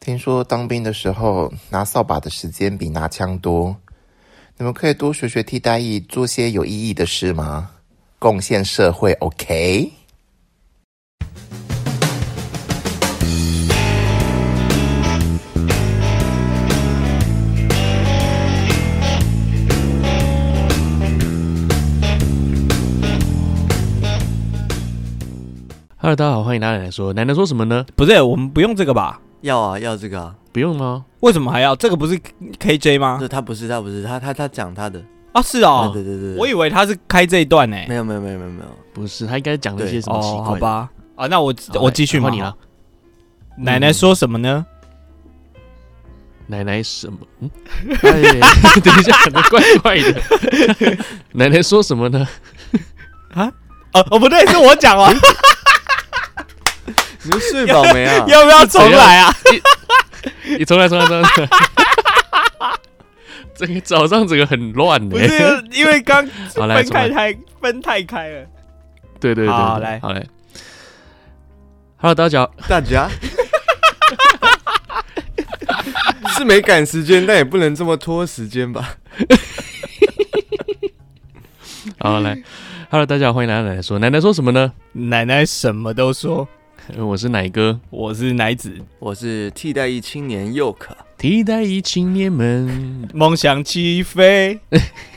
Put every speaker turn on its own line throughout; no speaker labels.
听说当兵的时候拿扫把的时间比拿枪多，你们可以多学学替代役，做些有意义的事吗？贡献社会，OK？
Hello，大家好，欢迎大家来说，奶奶说什么呢？
不是，我们不用这个吧？
要啊，要这个啊！
不用哦吗？
为什么还要？这个不是 KJ 吗？
这他不是，他不是，他他他讲他的。
啊，是哦
对，对对对，
我以为他是开这一段呢。
没有没有没有没有没有，
不是，他应该讲了一些什么奇
哦，好
怪的。
吧，啊，那我
好，
我继续嘛
换你了。。
奶奶说什么呢？
奶奶什么？ 嗯，哎等一下，讲的怪怪的。 奶奶说什么呢？嗯
哦，哦，不对，是我讲 完，
你们睡饱没 啊？
要不要重来 啊？
你重来，重来，重来。重来 这个早上整个很乱呢、
不是，因为刚
好来
分开太分太开了。
对对对，
好
对
来
好嘞。Hello，大家好，
大家 是没赶时间，但也不能这么拖时间吧？
好来，Hello，大家好，欢迎来到奶奶说。奶奶说什么呢？
奶奶什么都说，
呃我是奶哥，
我是奶子，
我是替代役青年又可，
替代役青年们
梦想起飞。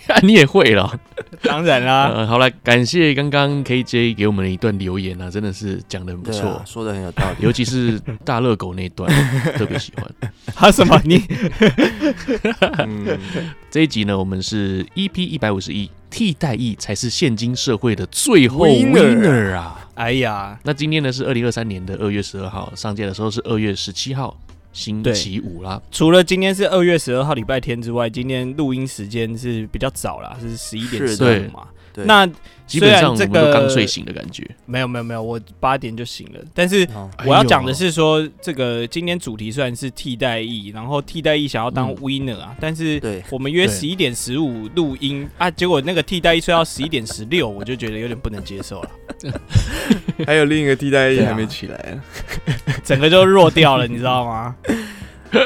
啊，你也会了。
当然 啦，
呃，好了，感谢刚刚 KJ 给我们的一段留言啊，真的是讲的很不
对
错，
啊，说的很有道 理。
尤其是大热狗那一 段，特别喜欢。
他什么你
嗯，
这一集呢，我们是 EP 一百五十一，替代役才是现今社会的最后
哦 Winner
winner 啊。
哎呀，
那今天呢是二零二三年的二月十二号，上架的时候是二月十七号，星
对
期五啦。
除了今天是二月十二号礼拜天之外，今天录音时间是比较早啦，是十一点
是
十
的
五嘛。
对
那
基本上我
虽
们
然
都
这个
刚睡醒的感觉。
没有没有没有，我八点就醒了。但是
好
我要
哎呦
讲的是说，这个今天主题虽然是替代役，然后替代役想要当
嗯
winner 啊，但是
对
我们约
对
十一点十五录音啊，结果那个替代役睡到十一点十六，我就觉得有点不能接受了，
还有另一个替代役
对啊
还没起来啊
整个就弱掉了，你知道吗？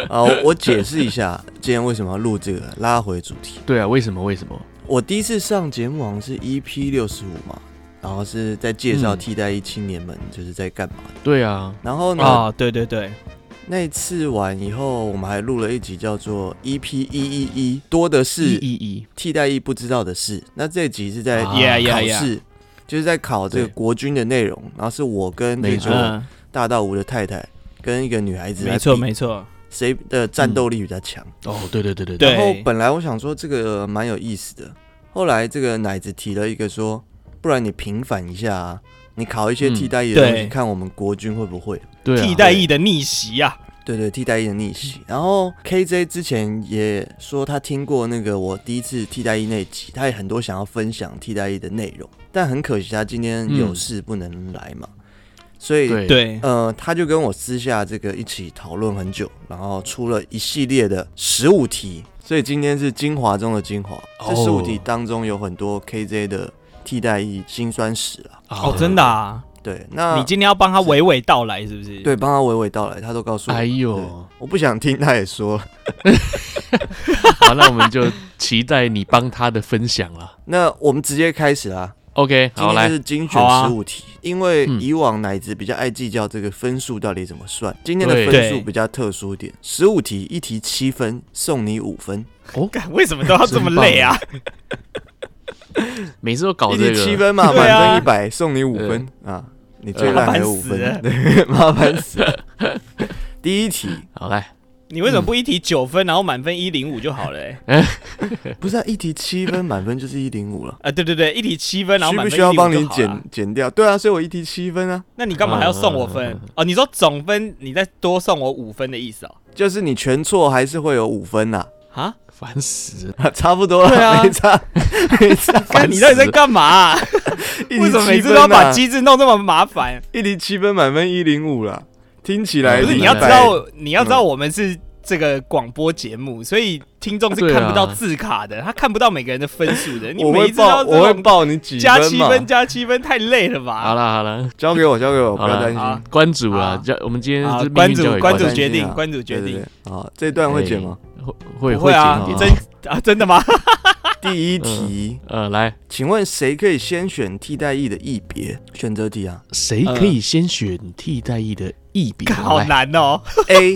啊！我我解释一下，今天为什么要录这个，拉回主题。
对啊，为什么？为什么？
我第一次上节目好像是 EP 六十五嘛，然后是在介绍
嗯
替代役青年们就是在干嘛的。
对 啊，
然后呢，
啊，对对对，
那次完以后，我们还录了一集叫做 EP 一一一，多的
一
是
一一，
替代役不知道的事。那这集是在
啊
考
Yeah,
试
yeah, yeah
就是在考这个
对
国军的内容。然后是我跟
没
那
错
个
嗯，
大道吴的太太跟一个女孩子来比，
没错没错，
谁的
嗯
战斗力比较强。
哦，对对对对
对
然后本来我想说这个蛮有意思的，后来这个奶子提了一个说，不然你平反一下啊，你考一些
嗯
替代役的东西，
对
看我们国军会不会。
对啊，
替代役的逆袭啊，
对对，替代役的逆
嗯
袭。然后 KJ 之前也说他听过那个我第一次替代役那集，他也很多想要分享替代役的内容，但很可惜他今天有事不能来嘛，所以
嗯对
对，
呃，他就跟我私下这个一起讨论很久，然后出了一系列的十五题，所以今天是精华中的精华。这
哦
十五题当中有很多 KJ 的替代役辛酸史啊。
哦，真的啊，
对，那
你今天要帮他娓娓道来是不是？
对帮他娓娓道来，他都告
啊
诉我，
哎
对
呦，
我不想听，他也说了。
好，那我们就期待你帮他的分享了。
那我们直接开始啦。
OK，
今
好
天
来
就，是精选
好啊
十五题，因为
嗯
以往奶子比较爱计较这个分数到底怎么算，今天的
对
分数
对
比较特殊一点，十五题一题七分，送你五分，
干，为什么都要这么累啊？
每次都搞
一
这
题七
个，
分嘛，
哦 对啊呃
满分一百送你五分啊，你最烂还有五
麻
分，
烦
对，麻烦 死了。第一题
好来，
你为什么不一题九分，然后满分一零五就好了、欸？
不是啊，一题七分，满分就是一零五了。
啊，对对对，一题七分，然后
需
满
不
分
嗯需要帮你
105就好
减
了？
减掉？对啊，所以我一题七分啊，
那你干嘛还要送我分？
嗯嗯嗯
哦，你说总分，你再多送我五分的意思哦？
就是你全错还是会有五分呐，
啊？
烦死了，
啊差不多
对
了，
啊
没 差，没差。
看
烦
你
死
到底在
了
干嘛啊、
一
为
题
什么
七
每次
分
都要把
啊，
机制弄这么麻烦？
一题七分，满分一零五了，听起来
不是
哎
你要
100
知道，你要知道我们是这个广播节目，所以听众是
对啊
看不到字卡的，他看不到每个人的分数的。你
我
每
会
一次都要
报，
这种
我会报你几
加
分
七
嘛？
分加七分，太累了
好
吧？
啦好啦，
交给我，交给我，不
好
要
啦
担心。
啊
关主啊，
啊
叫我们今天
啊
是，
关主关
不
主
要担
决
心
定
啊，
关主决
对
定
对，对好，这段会剪吗？
哎会
不会
哦
啊，
会
你
剪
真
辑
啊真的 吗？哎
第一
嗯
题，
呃，来，
请问谁可以先选替代役的役别？选择 题啊
谁可以先选替代役的役别？
好
来，
难哦。
，A，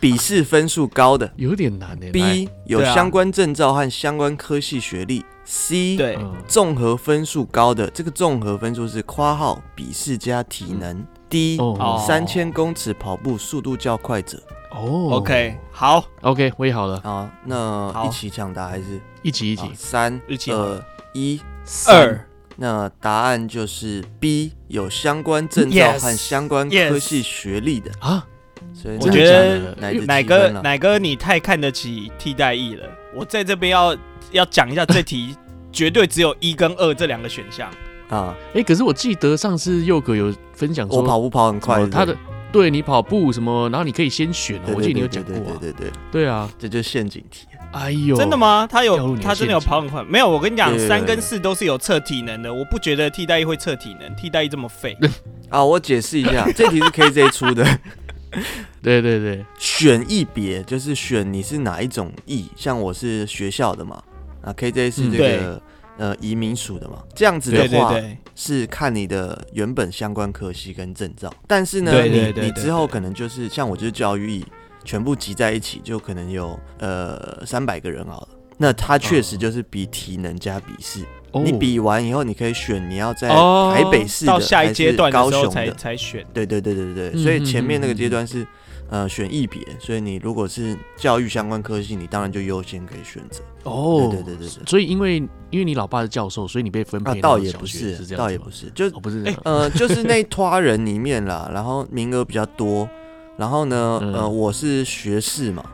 笔试分数 高的
有点难诶。来
；B，有
对啊
相关证照和相关科系学历；C，
对，
嗯
综合分数高的，这个综合分数是括号笔试加体
嗯
能。D
哦
三千公尺跑步速度较快者。
哦
OK，好，
OK，我也好了，
好，那
好
一起抢答还是
一起一起
好。三
一起
二一三
二
那答案就是 B，有相关证照
Yes，
和相关
yes
科系学历的。
啊，
所以
我
那
觉得
就哪一
有
个
奶
积分啊
哥
了
奶哥，你太看得起替代役了。我在这边要要讲一下这题。 绝对只有一跟二这两个选项，
啊，
哎，可是我记得上次佑哥有分享说，
我跑步跑很快
哦什
对
么
不对，
他的对你跑步什么，然后你可以先选哦，
对，
我记得你有
对
讲
对
过
对
啊。
对对，对
对啊，
这就是陷阱题。
哎呦，
真的？吗？他
掉入
有
你的
他真的有
陷阱
跑很快，没有？我跟你讲
有有，有
三跟
有
四都是有测体能的，我不觉得替代役会测体能，替代役这么废。
啊，我解释一下， 这题是 KJ 出的，
对对对，
选一别就是选你是哪一种役，像我是学校的嘛，啊 KJ 是这个、呃移民署的嘛，这样子的
对
话
对对，
是看你的原本相关科系跟证照，但是呢，
对对对
你你
对
之后可能就是像我就是教育役，全部集在一起就可能有呃三百个人好了。那它确实就是比体能加笔试，
哦
你比完以后你可以选你要在
哦
台北市的、
到下一
还是
阶段的
高
时候
雄
才
的，
才选。
对对对对对，
嗯
所以前面那个
嗯嗯
阶段是，呃，选一别，所以你如果是教育相关科系，你当然就优先可以选择。
哦，
对对对对对
所以因为因为你老爸是教授，所以你被分
啊
配，到
倒也
小
不
学
是，
是这样
倒
子
也
吗
不是，就
哦，不是这样，
呃，就是那一撮人里面啦，然后名额比较多，然后呢，
嗯
呃，我是学士嘛，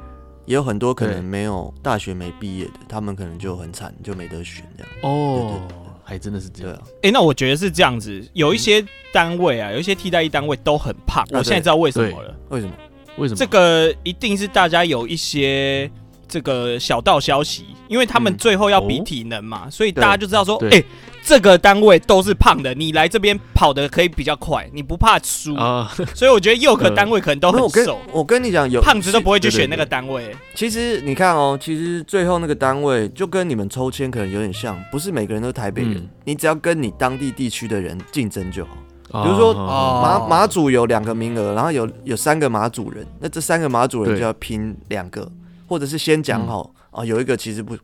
也有很多可
对
能没有大学没毕业的，他们可能就很惨，就没得选这样。
哦，还真的是这
对
样
啊，，
哎、那我觉得是这样子，有一些单位啊，有一些替代役单位都很胖，
啊
我现在知道为什么
对
了。
为什么？
为什么
这个一定是大家有一些这个小道消息，因为他们
嗯
最后要比
哦
体能嘛，所以
对
大家就知道说，
对
哎、这个单位都是胖的，你来这边跑的可以比较快，你不怕输。
啊？
所以我觉得右可
嗯
单位可能都
没
很
有我跟
瘦，
我跟你讲，有
胖子都不会去
对对
选那个
对
单位。
其实你看哦，其实最后那个单位就跟你们抽签可能有点像，不是每个人都是台北人，
嗯
你只要跟你当地地区的人竞争就好。
比
比如说啊
啊
哦
马马祖有两个名额，然后有有三个马祖人，那这三个马祖人
对
就要拼两个，或者是先讲好啊、哦有一个其实不，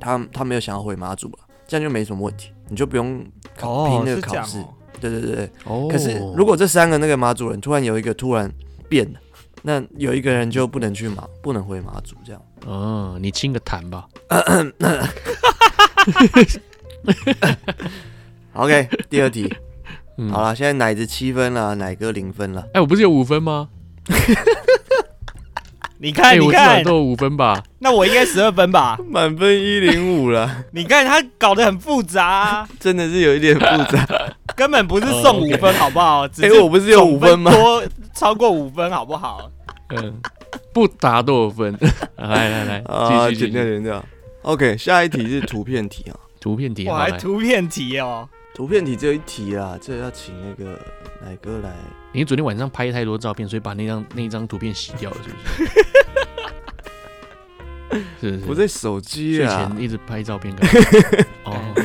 他他没有想要回马祖了，这样就没什么问题，你就不用考、拼
是
那个
这
考
样
试。
哦
对对对对，
哦，
可是如果这三个那个马主人突然有一个突然变了，那有一个人就不能去马，不能回马祖这样。
嗯，你清个痰吧，
OK，第二 题，
嗯
好了，现在奶子七分了，奶哥零分了。
哎，我不是有五分吗？
你
哎，
看，你
我至少
看，
都有五分吧？
那我应该十二分吧？
满分一零五了，
你看他搞得很复杂啊、
真的是有一点复杂。
根本不是送
哦
五
，OK
分，好不好？只
哎、
是
我不是有五分吗？
多超过五分好不好？
嗯，不答都有 分。来来
啊，
来，继续继
剪掉
续
剪掉。OK，下一题是图片 题啊，
图片题，
我
好
还
来
图片题哦，
图片题只有一题啦，这要请那个奶哥来。
你昨天晚上拍太多照片，所以把那张那张图片洗掉了，是 不是？是是
我在手机
睡
啊
前。一直拍照片干 嘛？哦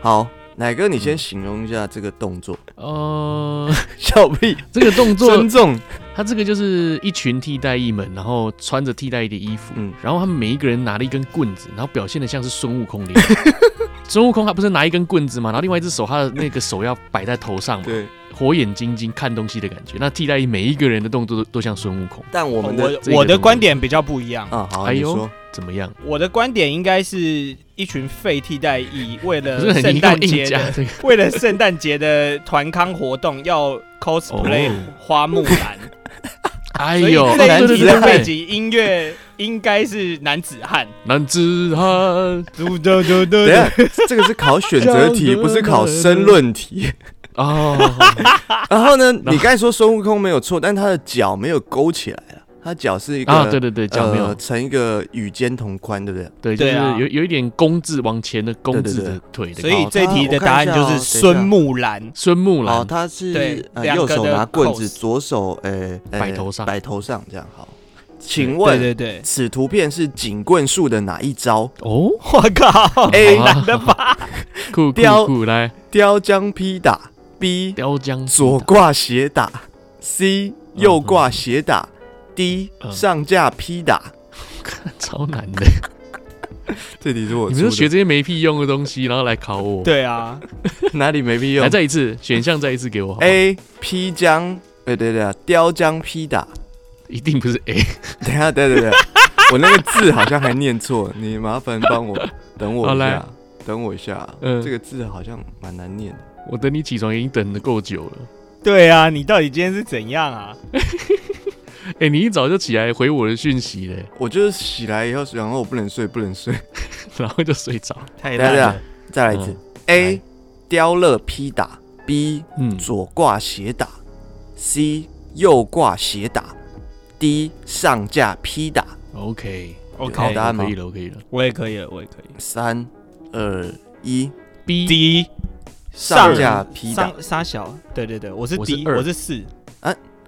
好，奶哥你先形容一下这个动作。
哦，呃，
笑屁，
这个动作
尊，重。
他这个就是一群替代役们，然后穿着替代役的衣服，
嗯
然后他们每一个人拿了一根棍子，然后表现的像是孙悟空的 样子。孙悟空他不是拿一根棍子嘛，然后另外一只手他的那个手要摆在头上嘛，
对，
火眼金睛看东西的感觉。那替代役每一个人的动作都都像孙悟空，
但我
我
们的
这个
我的
东西
观点比较不一样。
啊，好，
哎
你
呦
说。
怎么样？
我的观点应该是一群废替代役，为
不 是很
了呃圣
你给我
诞
硬
节
加
的，
这个
为了圣诞节的团康活动要 cosplay
哦
花木兰，
哎
所以
呦，
这
对
一
对
集
对对
的背
对，
景音乐应该是男子汉。
男子汉
嘟嘟嘟嘟
等一下，这个是考选择
这
题，
样子
不是考申论 题。
哦，
然后呢，你刚才说孙悟空没有错，但他的脚没有勾起来了，他脚是一个
啊，对对对，脚没有
呃，成一个与肩同宽，对不对？
对，就是
对啊
有有一点弓字往前的弓字
对对
的腿的
所
高。
以这题的答案就是孙木兰。
孙木
哦，
兰，
他
对
是呃
两个
右
的
手拿棍子，
pose
左手呃呃
摆头上
摆头上这样好。请
对
问
对对，
此图片是警棍术的哪一招？
哦，
我 靠
A
难的吧？
酷酷
雕
酷，来
雕浆劈打，B
雕浆
左挂斜打，C
嗯
右挂斜打，D
嗯
上架劈打。
超难的，
这题是我
你们就
出
学
的
这些没屁用的东西，然后来考我。，
对啊，
哪里没必要
来再一次，选项再一次给我好。
？A 劈浆，对对对，雕浆劈打。
一定不是哎 A，
等一下，对对对，我那个字好像还念错，你麻烦帮 我等我
好
一
来
下，等我一下。
嗯
这个字好像蛮难念的。
我等你起床已经等的够久了。
对啊，你到底今天是怎样啊？
哎，你一早就起来回我的讯息嘞，
我就是起来以后，然后我不能睡，不能
嗯
睡。
然后就睡着。
太
等
烂
一下等一
了
下，，再来一次。A 雕勒劈打，B
嗯，
左挂斜打，C 右挂斜打，D 上架劈打。
OK，哎
我
好
靠
的，答案吗
可以了，可以了。
我也可以了，我也可以。
三二一，
B
D
上架劈打。
上沙小，对对对，我是
我是
D，
二
我是四，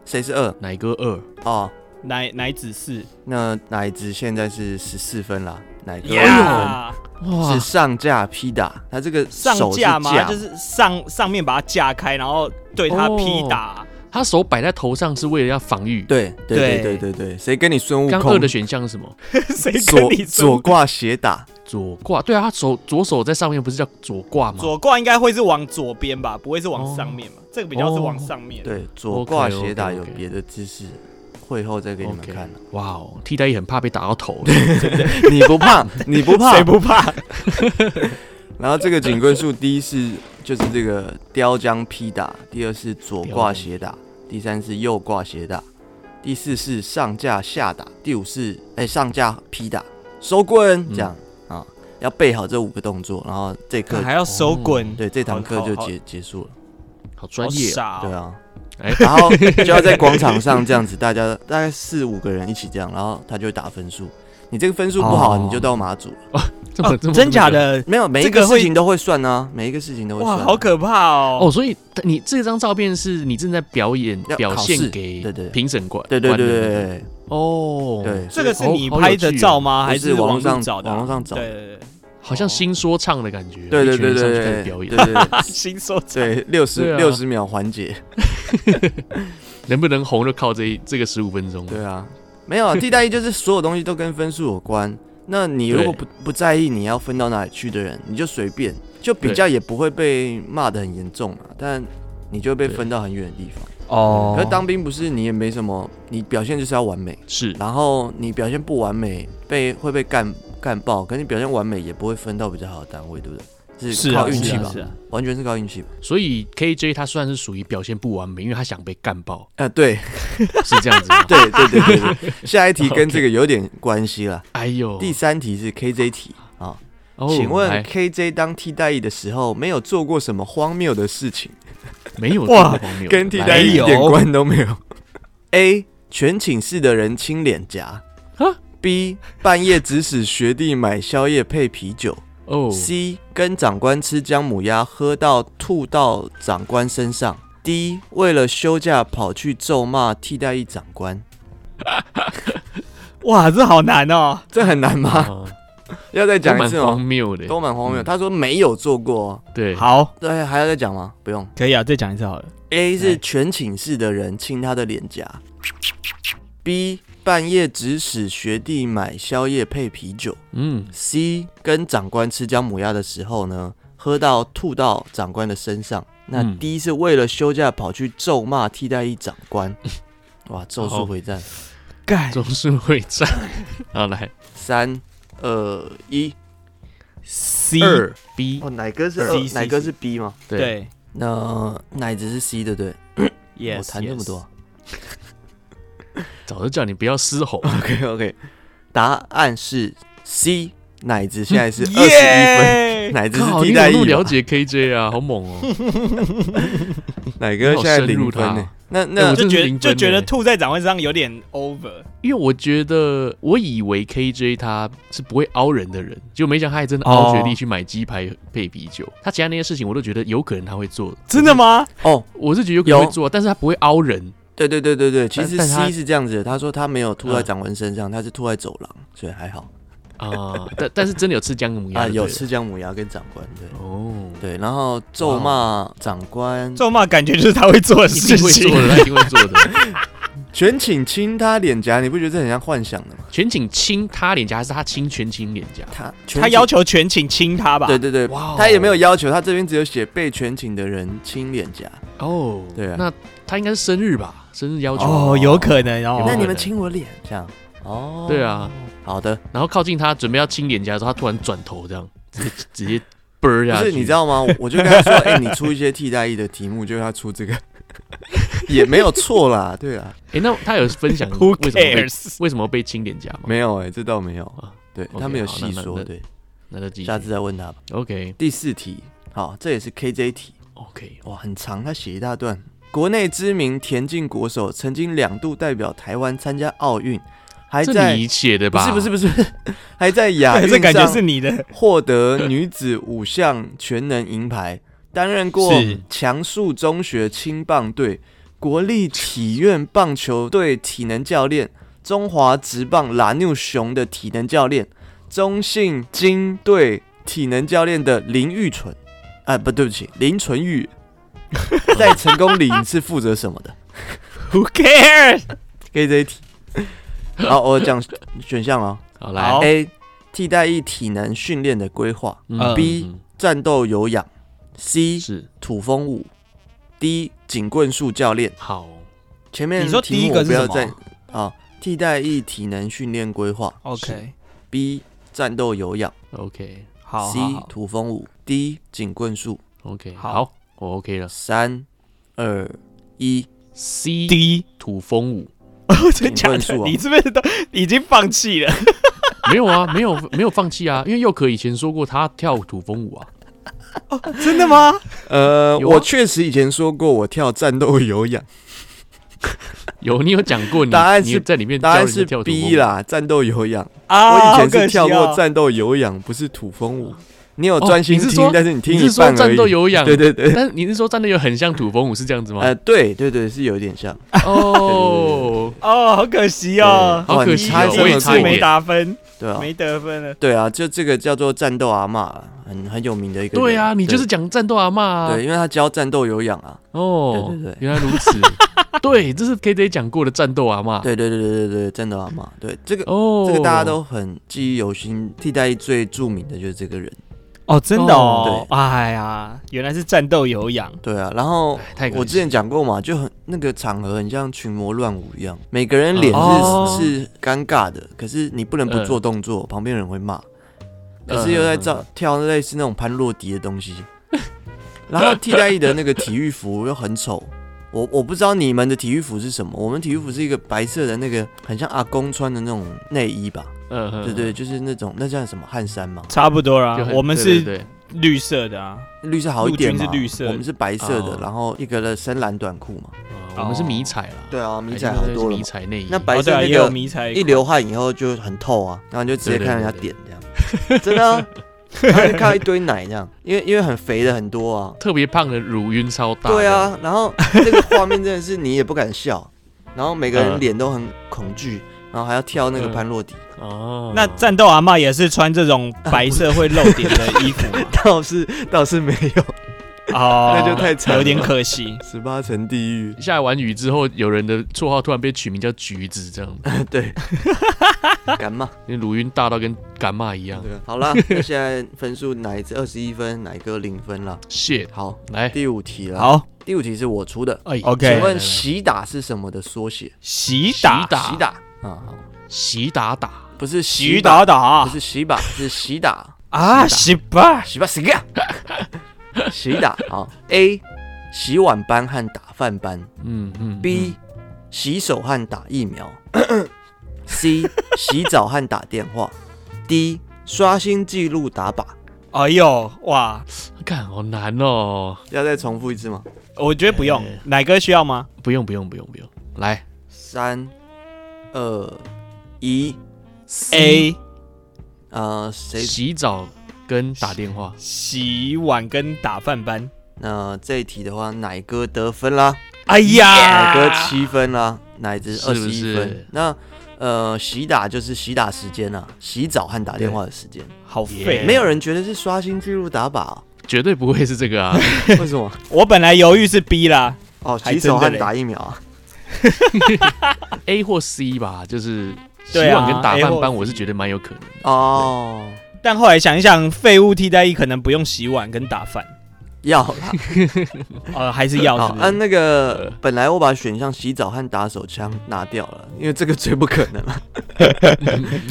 谁是二？
哪个二？
哦，
奶奶子四，
那哪一只现在是十四分啦？哪一个？
呀，
哇
是，上架劈打，他这个
上
手是
架
架哦
吗？就是上上面把它架开，然后对它劈 打。
他手摆在头上是为了要防御。
对对对
对
对对对，谁跟你孙悟
刚二
空
的？选项是什么？
谁 跟
左
你
左
说？
挂斜打，
左挂。对啊，他手左手在上面不是叫左挂吗？
左挂应该会是往左边吧，不会是往上面嘛？这个比较是往上面。，
哦对，左挂斜打
OK，OK，OK
有别的姿势，会后再给你们
OK
看啊。
哇哦，替代役很怕被打到头。
你 不怕，你不怕
谁。不怕？
然后这个警棍术，第一是就是这个雕浆劈打，第二是左挂斜打，第三是右挂斜打，第四是上架下打，第五是哎、上架劈打，收棍
嗯
这样啊，要背好这五个动作，然后这 课
还要手滚？
嗯对这堂课
好
就
好
结结束了。
好专
好
业哦、
傻
对
哦。
啊，
哎
然后就要在广场上这样子，大家大概四五个人一起这样，然后他就会打分数。你这个分数不好，
哦
你就到马祖了。
这 么、这么
哦真假？的？
没有，每一
这个
个
会
事情都会算啊，每一个事情都会
哇，
算啊。
好可怕
哦，
哦！
所以你这张照片是你正在表演
要
表
考
现
试
给
对对
评审官
对对对
官
对
的
对
哦，
对，对，
这个是
好
你
好有
拍的
趣哦
照吗？还
不是
网
网
上
上
找的啊？
网络上找
对
的
对对，
好像新说唱的感觉，
对对
一群
对
人上去
对
开始
对
表演，
对对
新说
对，六十
对啊
六十秒环节，
能不能红就靠这一这个十五分
嗯
钟，
对啊，没有啊， 替代一就是所有东西都跟分数有关。那你如果
对
不不在意你要分到哪里去的人，你就随便，就比较也不会被骂的很严重嘛，但你就会被
对
分到很远的地方。
哦
可是当兵不是你也没什么，你表现就是要完美，
是
然后你表现不完美被会被干干爆，可是你表现完美也不会分到比较好的单位，对不对？
是啊
靠运气
是啊
吧，
是啊
完全是靠运 气吧。
所以 KJ 他虽然是属于表现不完美，因为他想被干爆，
啊、对
是这样子吗。
对对对对对， 下一题跟这个有点关系啦。
哎呦，
第三题是 KJ 题啊，
哦
请问
来
KJ 当替代役的时候，没有做过什么荒谬的事情，
没有
哇
这么荒谬哎
跟替代
来
役一
有
点关都没有。A 全寝室的人亲脸颊
啊
，B 半夜指使学弟买宵夜配啤酒
哦，
，C 跟长官吃姜母鸭喝到吐到长官身上，D 为了休假跑去咒骂替代役长官，
哇，这好难哦！
这很难吗？
啊
要再讲一次
都蛮荒
吗？
谬的，
哦都蛮荒谬。
嗯
他说没有做过哦，
对，
好，
对，还要再讲吗？不用。
可以啊，再讲一次好了。
A
来
是全寝室的人亲他的脸颊，B 半夜指使学弟买宵夜配啤酒
嗯，
，C 跟长官吃姜母鸭的时候呢，喝到吐到长官的身上。那
嗯
D 是为了休假跑去咒骂替代役长官，哇，咒
好
术回战，
盖
总是会战。 好，来
三二一，
C
B，
哦，哪个是
二
二
C，
哪个是 B 吗？
对，
对
那奶子是 C 对不对？
，yes，
我谈这么多。
早就叫你不要嘶 吼。
OK OK，答案是 C，奶子现在是
yes
二十一分。
耶
奶子
嗯
是
靠，
替
你怎
代
么那么
役
了
吧，
解 KJ 啊？好猛哦！
奶哥现在零分
你好深入
呢、
他
那
哎
那
我这
就是觉
零
就
分
觉得
欸
吐在长官身上有点 over。
因为我觉得我以为 KJ 他是不会凹人的人，就没想他还真的凹学弟去买鸡排配啤酒。他其他那些事情我都觉得有可能他会做，
真的吗？
哦，
我是觉得有可能
有
会做，但是他不会凹人。
对对对对对，其
但
实
但他
C 是这样子的，他说他没有吐在
嗯
掌纹身上，他是吐在走廊，所以还好
啊， 但但是真的有吃姜母鸭
啊，
就对
有
了
吃姜母鸭跟长官对。
哦，
对，然后咒骂长官，
咒骂感觉就是他会做的
一
事
定会
情
做。的，他一定会做的。
全请亲他脸颊，你不觉得这很像幻想的吗？
全景亲他脸颊，还是他亲全景脸颊？
他全
他
请
要求全请亲他吧？
对对对
哇哦，
他也没有要求，他这边只有写被全请的人亲脸颊。
哦，
对啊
那他应该是生日吧？生日要求
哦，有可能哦。
那你
可
们
能
亲我脸，这样哦。
对啊，
好的。
然后靠近他准备要亲脸颊的时候，他突然转头这样， 直接直接啵儿
不
下去。
是你知道吗？我我就 跟他说，哎，你出一些替代役的题目，就让他出这个， 也没有错啦。对啊，
哎、那他有分 享为
Who
什么被
cares？
为什么被亲脸颊吗？
没有哎，这倒没有
啊。
对
OK，
他没有
好
细
那那
说，
那
对，
那就继续
下。次再问他吧。
OK
第四题，好，这也是 KJ 题。
OK，
哇，很长，他写一大段。国内知名田径国手曾经两度代表台湾参加奥运，还
这
在
你写的
不
吧？
是不是不是， 还在亚
对这
运啊
感觉是
上
你的。
获得女子五项全能银牌，担任过
是
强树中学青棒队、国立体院棒球队体能教练、中华职棒拉纽熊的体能教练、中信金队体能教练的林玉纯，啊，不对不起，林纯 玉，在成功岭是负责什么的
Who cares？
？K J 题。好，我讲选项哦。
好来
好
A 替代役体能训练的规划，
嗯
B
嗯
战斗有氧；C
是
土风舞；D 警棍术教练。
好
前面
你说
题目
第一个
我
是
不要
什么
再啊，替代役体能训练规划
OK，
；B 战斗有氧
OK
好好
；C
好
土风舞；D 警棍术。
OK
好
好，我 OK 了。
三二一，
C
D，
土风舞
哦 真假的
请问是我
你是不是都已经放 弃了？
没有啊，没有没有放弃啊，因为佑可以前说过他跳土风舞啊。
真的吗？
呃，
有啊
我确实以前说过我跳战斗有 氧，
有，你有讲过你，
答案是
你在里面
答
教
案
人家
是
跳土风
B
舞。
啦，战斗有氧。
啊，
我以
好
前是
可惜
跳过
哦。
战斗有氧，不是土风舞。你有
哦
专心
你是
听，
说
但是你听
你
一
是说
半而
战
已。
斗有氧？
对对 对，
但你是说战斗有很像土风舞是这样子吗？
呃，对对对，是有点像。
哦，
哦，好可惜哦。
好可
你
惜
差
哦，
这
我也
么
差
多
一
是没
点。
打分，
对啊，
没得分了。
对啊，就这个叫做战斗阿嬷，很很有名的一个人。
对啊，你就是讲战斗阿嬷啊
对对，。因为他教战斗有氧啊。
哦，
对对对
原来 如此。对，这是 KJ 讲过的战斗阿嬷。
对对对对对对，战斗阿嬷。对这个
哦，
这个大家都很记忆犹新，替代役最著名的就是这个人。
哦，真的哦
哦，
哎呀，原来是战斗有氧，
对啊，然后
哎太可惜
我之前讲过嘛，就很那个场合很像群魔乱舞一样，每个人脸是、
哦
是尴尬的，可是你不能不
嗯
做动作，旁边人会骂。
嗯
可是又在
嗯
照、跳类似那种潘洛迪的东西， 然后替代役的那个体育服又很丑。我我不知道你们的体育服是什么，我们体育服是一个白色的那个，很像阿公穿的那种内衣吧？
嗯嗯
对对，就是那种那叫什么汗衫嘛，
差不多啦
就。很
我们
对
是
对对
绿色的啊，
绿色好一点嘛。
陆军是绿色的
我们是白色的，
哦
然后一个的深蓝短裤嘛。
哦我们是迷彩啦。
对啊，迷
哎
彩
对
好
对对
多了
迷
嘛。
彩内衣。
那白
哦
色
对啊，
那
也有
个
迷彩
一流汗以后就很透啊，然后你就直接看人家点这样， 真的、啊，然后就看到一堆奶这样，因为因为很肥的很多啊，
特别胖的乳晕超大。
对，啊，然后那个画面真的是你也不敢笑，然后每个人脸都很恐惧，然后还要跳那个潘洛
嗯
迪，
哦，
那战斗阿嬷也是穿这种白色会露点的衣 服吗
倒是倒是没有，
哦，
那就太惨了
有点可惜。
十八层地狱，
下完雨之后，有人的绰号突然被取名叫橘子，这 样，
对，敢嘛，
因为乳晕大到跟干妈一样。
对啊好啦，那现在分数哪一支二十一分，哪一个零分啦？
shit，
好，
来，
第五题了，，
哎好，
第五题是我出的，
哎
OK
来
请
来
问
来
洗打是什么的缩写？
洗打
洗打
洗打啊，好
洗打打，
不是
洗
洗打，
打打
不是洗把，是洗打，
啊，洗
洗
吧，
洗把洗啊， 洗打啊。A 洗碗班和打饭班
嗯嗯
，B 洗手和打疫苗 ，C 洗澡和打电话，D 刷新记录打靶。
哎呦哇，
看好难哦。
要再重复一次吗？
我觉得不用
哎
呃。
奶哥需要吗？
不用不用不用不用，来
三、二、一，
A
呃，谁？
洗澡跟打电话，
洗碗跟打饭班。
那啊这一题的话，奶哥得分啦，
哎呀，
奶哥七分啦，奶子
是
二
不
十一
是
分。那呃，洗打就是洗打时间啦，洗澡和打电话的时间。
好废。
Yeah
没有人觉得是刷新记录打靶 哦、
绝对不会是这 个啊！
为什么？
我本来犹豫是 B 啦，
哦，
还
洗
真
手
的
和
嘞
打疫苗啊。
A 或 C 吧，就是洗
对啊
碗跟打
A
饭
或
班，
C
我是觉得蛮有可能的。
哦，
但后来想一想，废物替代役可能不用洗碗跟打饭，
要啦。
呃，还是 要是，呃
好
不
啊，
是？
那个本来我把选项洗澡和打手枪拿掉了，因为这个最不可 能了。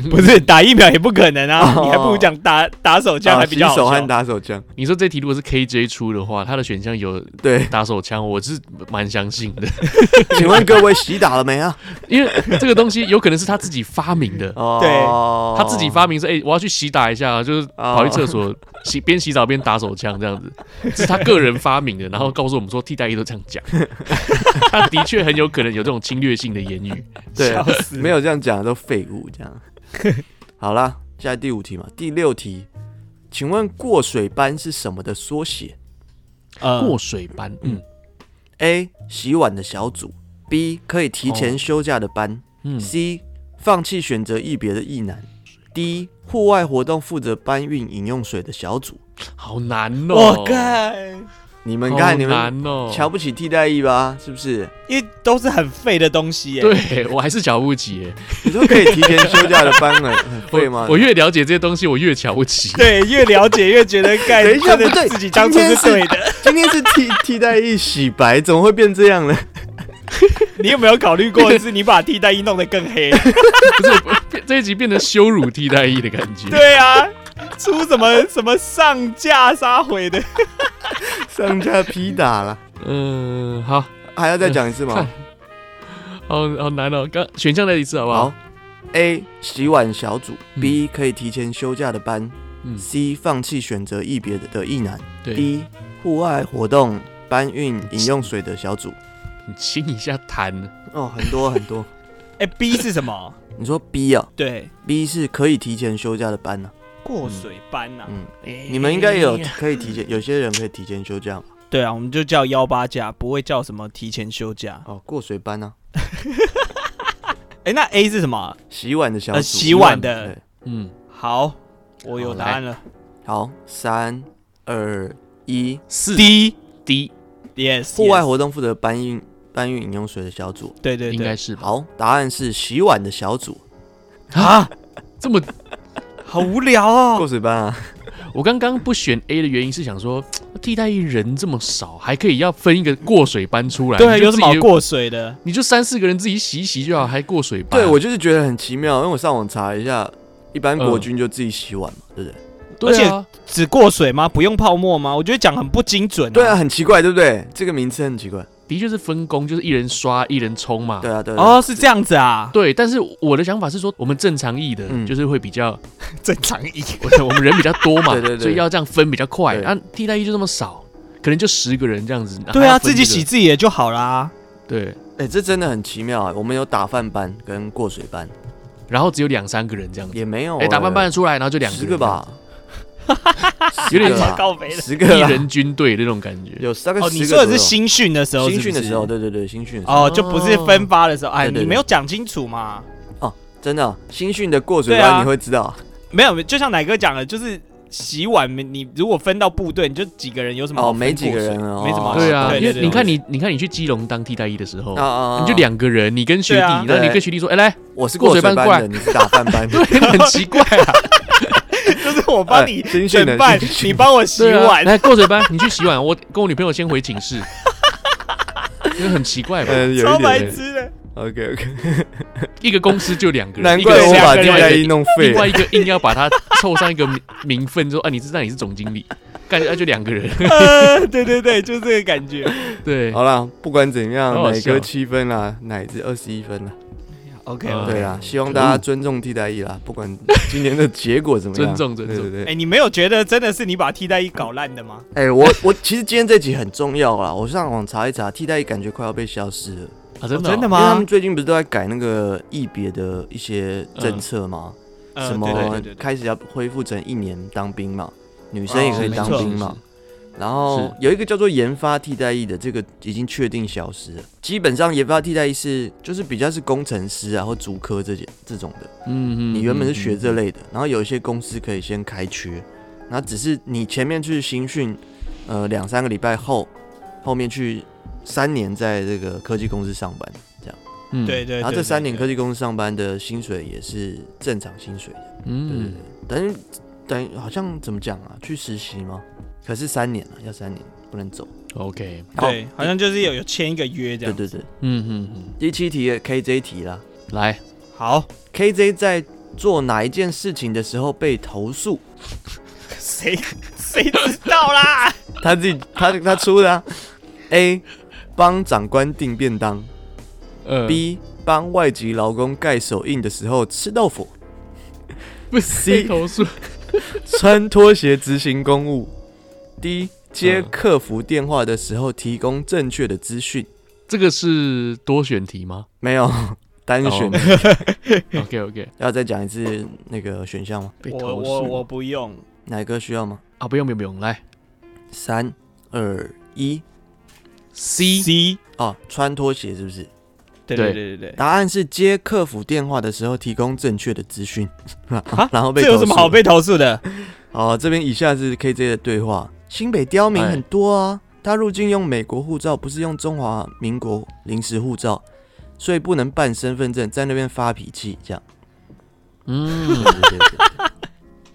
不是打疫苗也不可能啊，
哦
你还不如讲打打手枪还
啊
比
洗
较好
手
笑
和。打手枪，
你说这题如果是 KJ 出的话，他的选项有。
对
打手枪，我是蛮相信的，
请问各位洗打了没啊？
因为这个东西有可能是他自己发明的。
哦，
他自己发明说：“哎、我要去洗打一下，就是跑去厕所洗，边洗澡边打手枪这样 子，这是他个人发明的。然后告诉我们说，替代役都这样讲， 他的确很有可能有这种侵略性的言语。
对
笑，死
没有这样讲的都废物 这样。好啦，现在第五题嘛，第六题，请问过水班是什么的缩写
呃
过水班，嗯
？A. 洗碗的小组，B. 可以提前休假的班、
嗯，
c 放弃选择一别的意男，D 户外活动负责搬运饮用水的小组。
好难哦、
我看，
你们
好
看，你们
难哦、
瞧不起替代役吧？是不是？
因为都是很废的东西耶。
对我还是瞧不起、 耶
你说可以提前休假的班很很废吗
我？我越了解这些东西，我越瞧不起。
对，越了解越觉得盖
等一 下
真的
不对
自己当初是对的。
今天是替替代役洗白，怎么会变 这样呢？
你有没有考虑过，是你把替代役弄得更黑？
这这一集变得羞辱替代役的感 觉。
对啊，出什么什么上架杀回的？
上架批打了，
嗯，好，
还要再讲一 次吗
看？好好难哦、刚选项再一次好不好？
好，A 洗碗小组
嗯
，B 可以提前休假的班
嗯
，C 放弃选择一别的的意男
对，
，D 户外活动搬运饮用水的小组。
你亲一下痰。
哦，很 多很多。
哎，B 是什么？
你说 B 啊
对，
，B 是可以提前休假的班呢、
过水班啊呐、
嗯，
哎
你们应该也有可以提前，有些人可以提前休假嘛。
对啊，我们就叫幺八假，不会叫什么提前休假。
哦，过水班呢、
哎，那 A 是什么？
洗碗的小组。
呃，洗碗的。
对，
嗯，
好，我有
好
答案了。
好，三二一，
四
D
D
yes，
户外
yes
活动负责搬运搬运饮用水的小组。
对对
应该
对，
是吧？
好，答案是洗碗的小组。
啊， 这么
好无聊哦。
过水班啊，
我刚刚不选 A 的原因是想说，替代役人这么少，还可以要分一个过水班出来，
对啊，
你就
有什么
自
好
己？
过水的？
你就三四个人自己洗一洗就好，还过水 班？
对我就是觉得很奇妙，因为我上网查了一下，一般国军就自己洗碗嘛，对不对？
对啊，
只过水吗？不用泡沫吗？我觉得讲很不精准、
对啊，，很奇怪，对不对？这个名称很奇怪。
的确是分工，就是一人刷一人冲嘛。
对啊，对啊。
哦，是这样子啊，
对，但是我的想法是说，我们正常意的，
嗯
就是会比较，
正常一。
我们人比较多 嘛，
对对对
所以要这样分比较快。
对
那、替代役就这么少，可能就十个人这样子。然后
对
还
啊，
要分
自己
这个
洗。自己的就好啦。
对，
哎、这真的很奇妙啊！我们有打饭班跟过水班，
然后只有两三个人这样子。
也没有、
哎、打扮扮得出来，然后就两
十
人
个 吧，
有点
十个吧
高肥的。
十
这样，
个
一
啦
人军队的那种感觉。
有大概
哦，
十
你
个
说
左右。
的是新训的时候是
新
不是，
训的时候，对对对，新训的时候，
哦，就不是分发的时候，哎，
哦对对对
你没有讲清楚嘛？
真的新训的过水
对啊
班你会知道，
没有，就像奶哥讲的，就是洗碗，你如果分到部队，你就几个人有什么好
哦
分
没几
过
个
水
人哦
没什么好。
对啊，
对
因为
对
你看
对
你，你看你去基隆当替代役的时候，
啊啊啊！
哦你就，两个人，你跟学弟，
对啊
然后你跟
对
学弟说，哎、 来，
我是过水班
过水
的，你是打饭班 的，
对，很奇怪 啊。
就是我帮你
哎新训
整
的
饭
新，训
你帮我洗
对啊，
碗。
来过水班，你去洗碗，我跟我女朋友先回寝室， 因为很奇怪吧？
嗯，有
超
一
白
点
痴 的，
，OK OK，
一个公司就两个人，
难
一个
怪
人
我
两
把
个
替
人另外
代
一
役
个
弄
另
废
外
了，
一个硬要把他凑上一个名 名分，说啊，你是那你是总经理，感觉啊就两个 人，
呃，对对对，就这个感觉。
对，
哦好啦，不管怎样，
好好
奶
笑
啊哥七分啦，奶子二十一分啦，啊
OK，
嗯
对啊，希望大家尊重替代役啦，不管今年的结果怎么
尊
样，
重尊重
对对
哎、
对，
你没有觉得真的是你把替代役搞烂的吗？
哎、我我其实今天这集很重要啦，我上网查一查，替代役感觉快要被消失了，
啊，真的、
真的
因为他
吗
们？最近不是都在改那个役别的一些政策吗？
呃
什
对对
么
对对对
开始要恢复成一年当兵嘛，女生也可以
哦
当兵嘛。然后
是
有一个叫做研发替代役的，这个已经确定消失了。基本上研发替代役是就是比较是工程师啊或竹科这些这种的，
嗯
你原本是学
嗯
这类的，然后有一些公司可以先开缺，然后只是你前面去新训，呃两三个礼拜后，后面去三年在这个科技公司上班，
嗯
对，对，
然后这
对
三年科
对
技公司上班的薪水也是正常薪水的，对对
嗯
对，等于等于好像怎么讲啊？去实习吗？可是三年了，啊要三年不能走。
，OK，
对，好像就是有有签一个约这
哦对
样。
对对，
嗯嗯嗯，
第七题的 KJ 题啦
来，
好，
，KJ 在做哪一件事情的时候被投诉？
谁谁知道 啦？
他自己他他出的、啊、，A 帮长官订便当
呃
，B 帮外籍劳工盖手印的时候吃豆腐，
不是
C
投诉，
穿拖鞋执行公务，D 接
嗯
客服电话的时候提供正确的资讯。
这个是多选题吗
没有单选
哦
题，
？OK OK，
要再讲一次那个选项吗？
被
我
投
我
诉
我不用，
哪个需要吗？
啊，不用不用不用，来
三二一，
C
C，
哦，穿拖鞋是不是？
对
对
对对对对。
答案是接客服电话的时候提供正确的资讯， 然后被
啊这有什
投
么
诉
好被投诉的？
好，这边以下是 KJ 的对话：新北刁民很多啊，他入境用美国护照，不是用中华民国临时护照，所以不能办身份证，在那边发脾气这样。
嗯
对对对对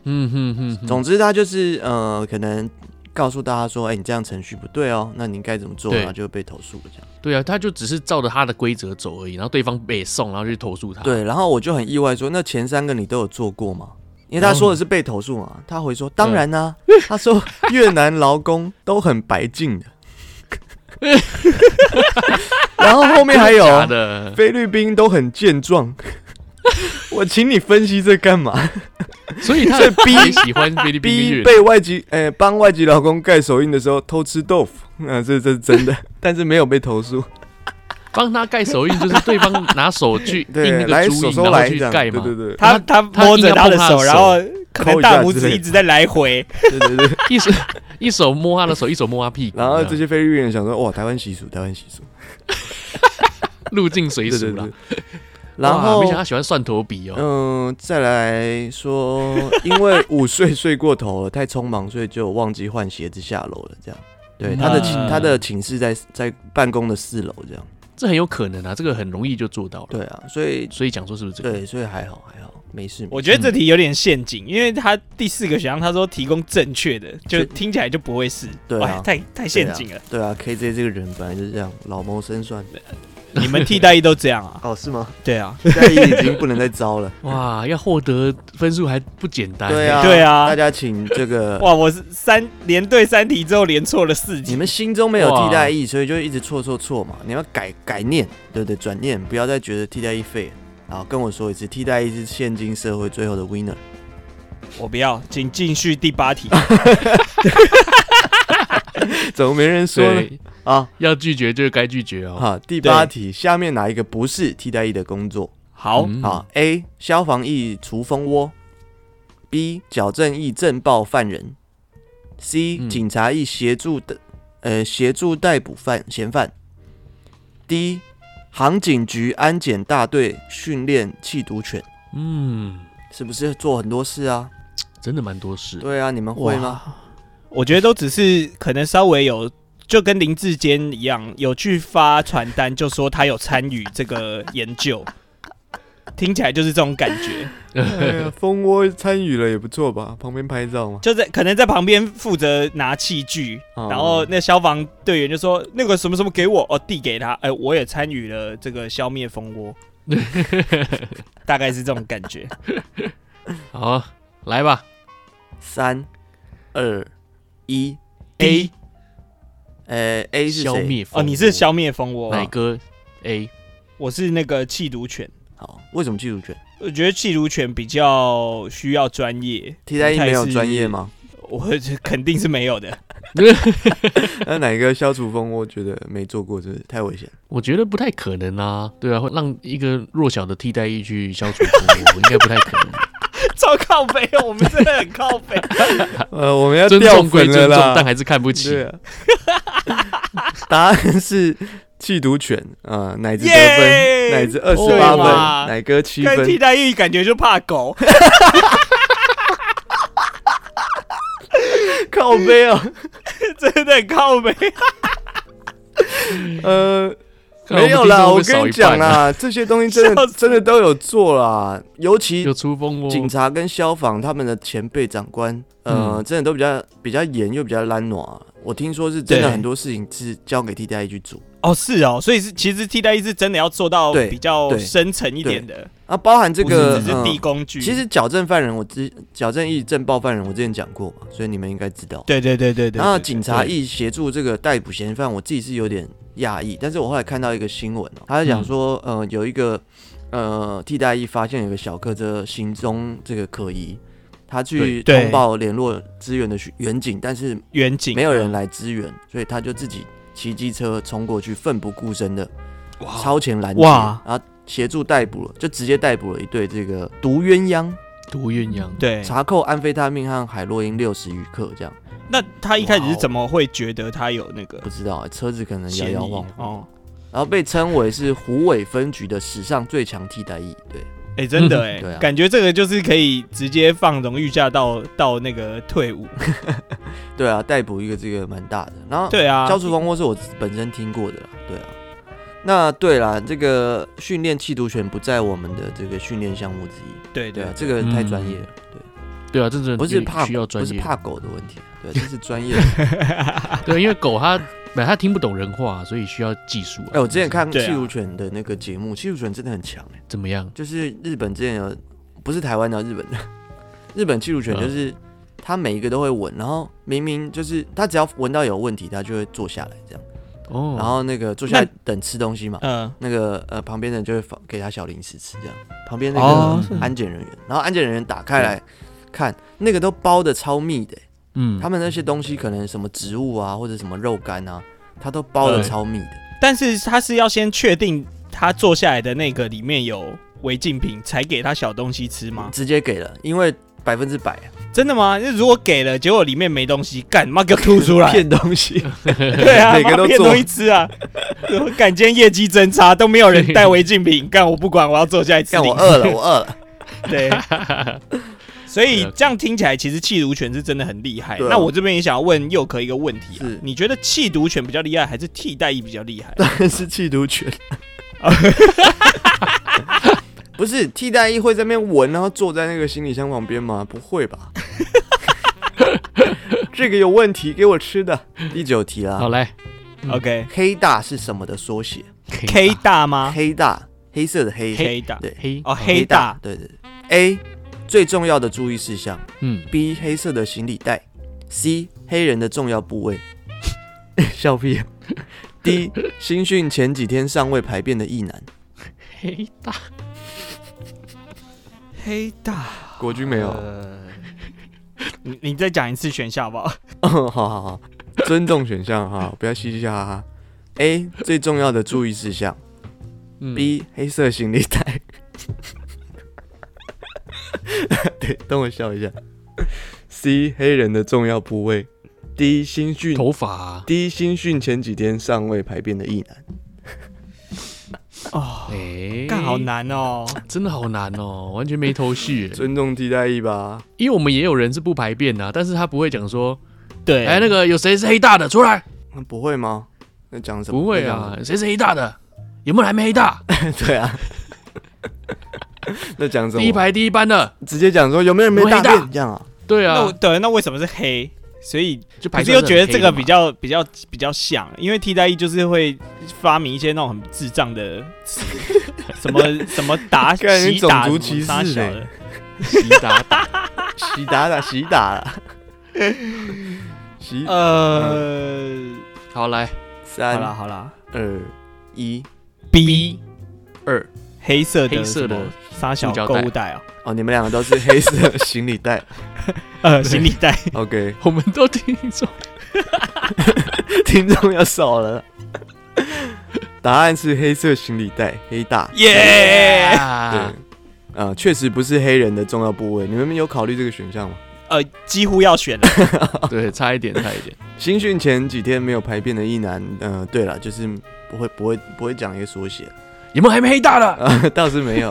嗯哼哼哼，
总之，他就是呃，可能告诉大家说，哎、你这样程序不对哦，那你应该怎么做，
对
然后就被投诉了这样。
对啊，他就只是照着他的规则走而已，然后对方被送，然后就去投诉他。，
对，然后我就很意外说，那前三个你都有做过吗？因为他说的是被投诉
嗯
嘛，他回说当然啦、他说越南劳工都很 白净的，然后后面还有
假的，
菲律宾都很健壮， 我请你分析这干嘛
所以他
所以 B-
也喜欢菲律宾跟
？B
越南
被外籍呃帮外籍劳工盖手印的时候偷吃豆腐，那、这这是真的，但是没有被投诉，
帮他盖手印，就是对方拿手去印
对，
那个
来
猪
手
印，
手
然后
来
去
这样，
盖
对
嘛。
对对
他他
他
摸着
硬要
他的
碰他的
手，然后可
抠
能
一下
大拇
啊之
指
类
一
的
直在来回。
对对对。
一手一手摸他的手，一手摸他屁股，
然后这
样
些菲律宾人想说，哇，台湾习俗，台湾习俗，
入境随
对
俗
对
啦
对。。然
哇
后
没，想到他喜欢蒜头笔哦，
嗯、再来说，因为午睡睡过头了，太匆忙，所以就忘记换鞋子下楼了，这样。对，他的寝
嗯
他的寝室在在办公的四楼，这样。
这很有可能啊，这个很容易就做到了。
对啊，所以
所以讲说是不是这个？
对，所以还好还好，没事。没事
我觉得这题有点陷阱，因为他第四个选项他说提供正确的，就是听起来就不会是，
对啊
哎太太陷阱了。
对啊，KJ 这个人本来就是这样，老谋深算。
你们替代役都这样啊？
哦，是吗？
对啊，
现在已经不能再招了。
哇，要获得分数还不简单。
对啊，
对啊
大家请这个，
哇，我是三连对三题之后连错了四
你
题，
们心中没有替代役，所以就一直错错错嘛。你要改改念，对不对？转念，不要再觉得替代役废了。好，跟我说一次，替代役是现今社会最后的 winner。
我不要，请继续第八题。
怎么没人说呢？
对，
啊，
要拒绝就该拒绝哦。
好，第八题，下面哪一个不是替代役的工作？
好，
嗯
好，A 消防役除蜂窝，B 矫正役震爆犯人，C
嗯
警察役协助的呃协助逮捕犯嫌犯，D 航警局安检大队训练缉毒犬，
嗯，
是不是做很多事啊？
真的蛮多事。
对啊，你们会吗？
我觉得都只是可能稍微有。就跟林志坚一样，有去发传单，就说他有参与这个研究，听起来就是这种感觉。
哎蜂窝参与了也不错吧，旁边拍照嘛。
就在可能在旁边负责拿器具，
哦
然后那消防队员就说那个什么什么给我，哦递给他，哎、我也参与了这个消灭蜂窝，大概是这种感觉。
好，来吧
三二一，
，A
呃，A 是
消
谁？
灭
哦，
蜂啊
你是消灭蜂窝，
奶哥 A，
我是那个弃毒犬，
好，为什么缉毒犬？
我觉得缉毒犬比较需要专业，
替代役 E 没有专业吗？
我肯定是没有的。
那哪个消除蜂窝觉得没做过，就是太危险？
我觉得不太可能啊，对啊，会让一个弱小的替代役去消除毒， 我应该不太可能。
超靠背哦，我们真的很靠背。
呃，我们要
尊
掉
重归
粉
尊
了
重，但
啦。
还是看不起。
对啊， 答案是缉毒犬啊，乃至得
耶
分，乃至二十八
对嘛
分，奶哥七
看替
分。
代役感觉就怕狗，
靠背啊，
真的很靠背。
呃，
看
没
们
有
听
啦，
众
我
会少
跟你
一半
讲
啊，
啦，这些东西真
笑
的
死
真的都有做啦，尤其
有出蜂窝，
警察跟消防他们的前辈长官，呃，
嗯
真的都比较比较严又比较懒惰啊。我听说是真的
对
很多事情是交给替代役去做
哦，是哦，所以是其实替代役是真的要做到
对
比较
对
深层一点的，
啊，包含这
不是
个
只是递
嗯
工具。
其实矫正犯人，我之矫正役政暴犯人，我之前讲过嘛，所以你们应该知道。
对对对对对。
然后
对
警察
对
役协助这个逮捕嫌犯，我自己是有点讶异，但是我后来看到一个新闻哦，他是
嗯
讲说，呃，有一个呃替代役发现有个小客车行踪这个可疑，他
对
去
对
通报联络支援的远警，但是
远景
没有人来支援，所以他就自己骑机车冲过去，奋不顾身的超前拦截，
哇
然后协助逮捕了，就直接逮捕了一对这个毒鸳鸯，
毒鸳鸯，
对，
查扣安非他命和海洛因六十余克，这样
那他一开始
哇
是
哦
怎么会觉得他有那个
不知道、哎车子可能摇
嫌疑
摇晃晃，
哦，
然后被称为是虎尾分局的史上最强替代役，对，
哎、真的哎、
对啊
感觉这个就是可以直接放荣誉假到到那个退伍。
对啊，逮捕一个这个蛮大的，然后
对啊，
消除蜂窝是我本身听过的啦，对啊。那对啦，这个训练缉毒犬不在我们的这个训练项目之一，
对
对
对嗯
啊，这个太专业了，对。
对啊，真正
不是怕
需要
不
专
是
业，
怕狗的问 题，对，这是专业的。
对，因为狗它本来它听不懂人话，所以需要技术啊。
哎、我之前看
对啊
气如犬的那个节目，气如犬真的很强哎、
怎么样？
就是日本之前有，不是台湾的，日本的，日本气如犬
嗯
就是它每一个都会闻，然后明明就是它只要闻到有问题，它就会坐下来这样，
哦，
然后那个坐下来等吃东西嘛，
嗯，
那个呃旁边的人就会放给它小零食吃这样，旁边那
哦
个
是
安检人员，然后安检人员打开来看，那个都包的超密的、
嗯，
他们那些东西可能什么植物啊，或者什么肉干啊，它都包的
对
超密的。
但是他是要先确定呃他坐下来的那个里面有违禁品，才给他小东西吃吗？
直接给了，因为百分之百啊
真的吗？那如果给了，结果里面没东西，干妈给我吐出来，
骗东西，
对啊，
每个
妈
都
骗
做
东西吃啊！ 我感今天业绩真差，都没有人带违禁品，干我不管，我要坐下来吃
看
零食。
我饿了，我饿了。
对，所以
对啊
这样听起来，其实弃毒犬是真的很厉害。
对啊
那我这边也想要问佑可一个问题啊
是，
你觉得弃毒犬比较厉害，还是替代役比较厉害？
是弃毒犬， 不是替代役会在那边闻，然后坐在那个行李箱旁边吗？不会吧？ 这个有问题，给我吃的。第九题
好
啦，
来嗯
OK，
黑大是什么的缩写
K 大吗
黑大，黑色的黑，
？K 大
对，
黑
哦，啊黑大，
对对对。A 最重要的注意事项
嗯，
，B 黑色的行李袋，C 黑人的重要部位， 笑屁。D 新训前几天尚未排便的异男，
黑大
黑大，
国军没有。
呃你你再讲一次选项好不好？
哦，好好好，尊重选项哈，不要嘻嘻哈哈。A 最重要的注意事项
嗯
，B 黑色行李袋。 对，等我笑一下。C 黑人的重要部位，D 新训
头发啊，
，D 新训前几天尚未排便的异男。
哦，
哎，
干好，难哦。
真的好难哦，完全没头 绪耶。
尊重替代役吧。
因为我们也有人是不排便的啊，但是他不会讲说，
对，
哎，那个有谁是黑大的出来？
那不会吗？那讲什么？
不会啊，谁是黑大的？有没有还没黑大？
那讲什么。对 啊。那讲什么？
第一排第一班的，
直接讲说有没有人没大
有没有
便这样啊？
对
那
啊
我，对，那为什么是黑？所以
就
可
排
是
出
又
来
觉得这
很黑的
个
嘛
比较比较比较像，因为替代役就是会发明一些那种很智障的词， 什么什么打
感觉
洗打
种族歧视
什么杀小
欸
的，
洗打打，
洗打 打洗打啦，洗
呃，
好来
好
三
啦好啦
二一
，B
二，
黑色的
黑色的
什么沙小
塑胶
购
袋
物袋哦，
哦，你们两个都是黑色行 李袋。
呃，行李袋。
OK，
我们都听说
听众要少了。答案是黑色行李袋，黑大。
哎耶、
对
哎
啊，，
呃，确实不是黑人的重要部位。你们有考虑这个选项吗？
呃，几乎要选了。
啊对，差一点，差一点，
新训前几天没有排便的一男，呃，对了，就是不会不会不会讲一个缩写，
有没有还没黑大的？
呃，倒是没有。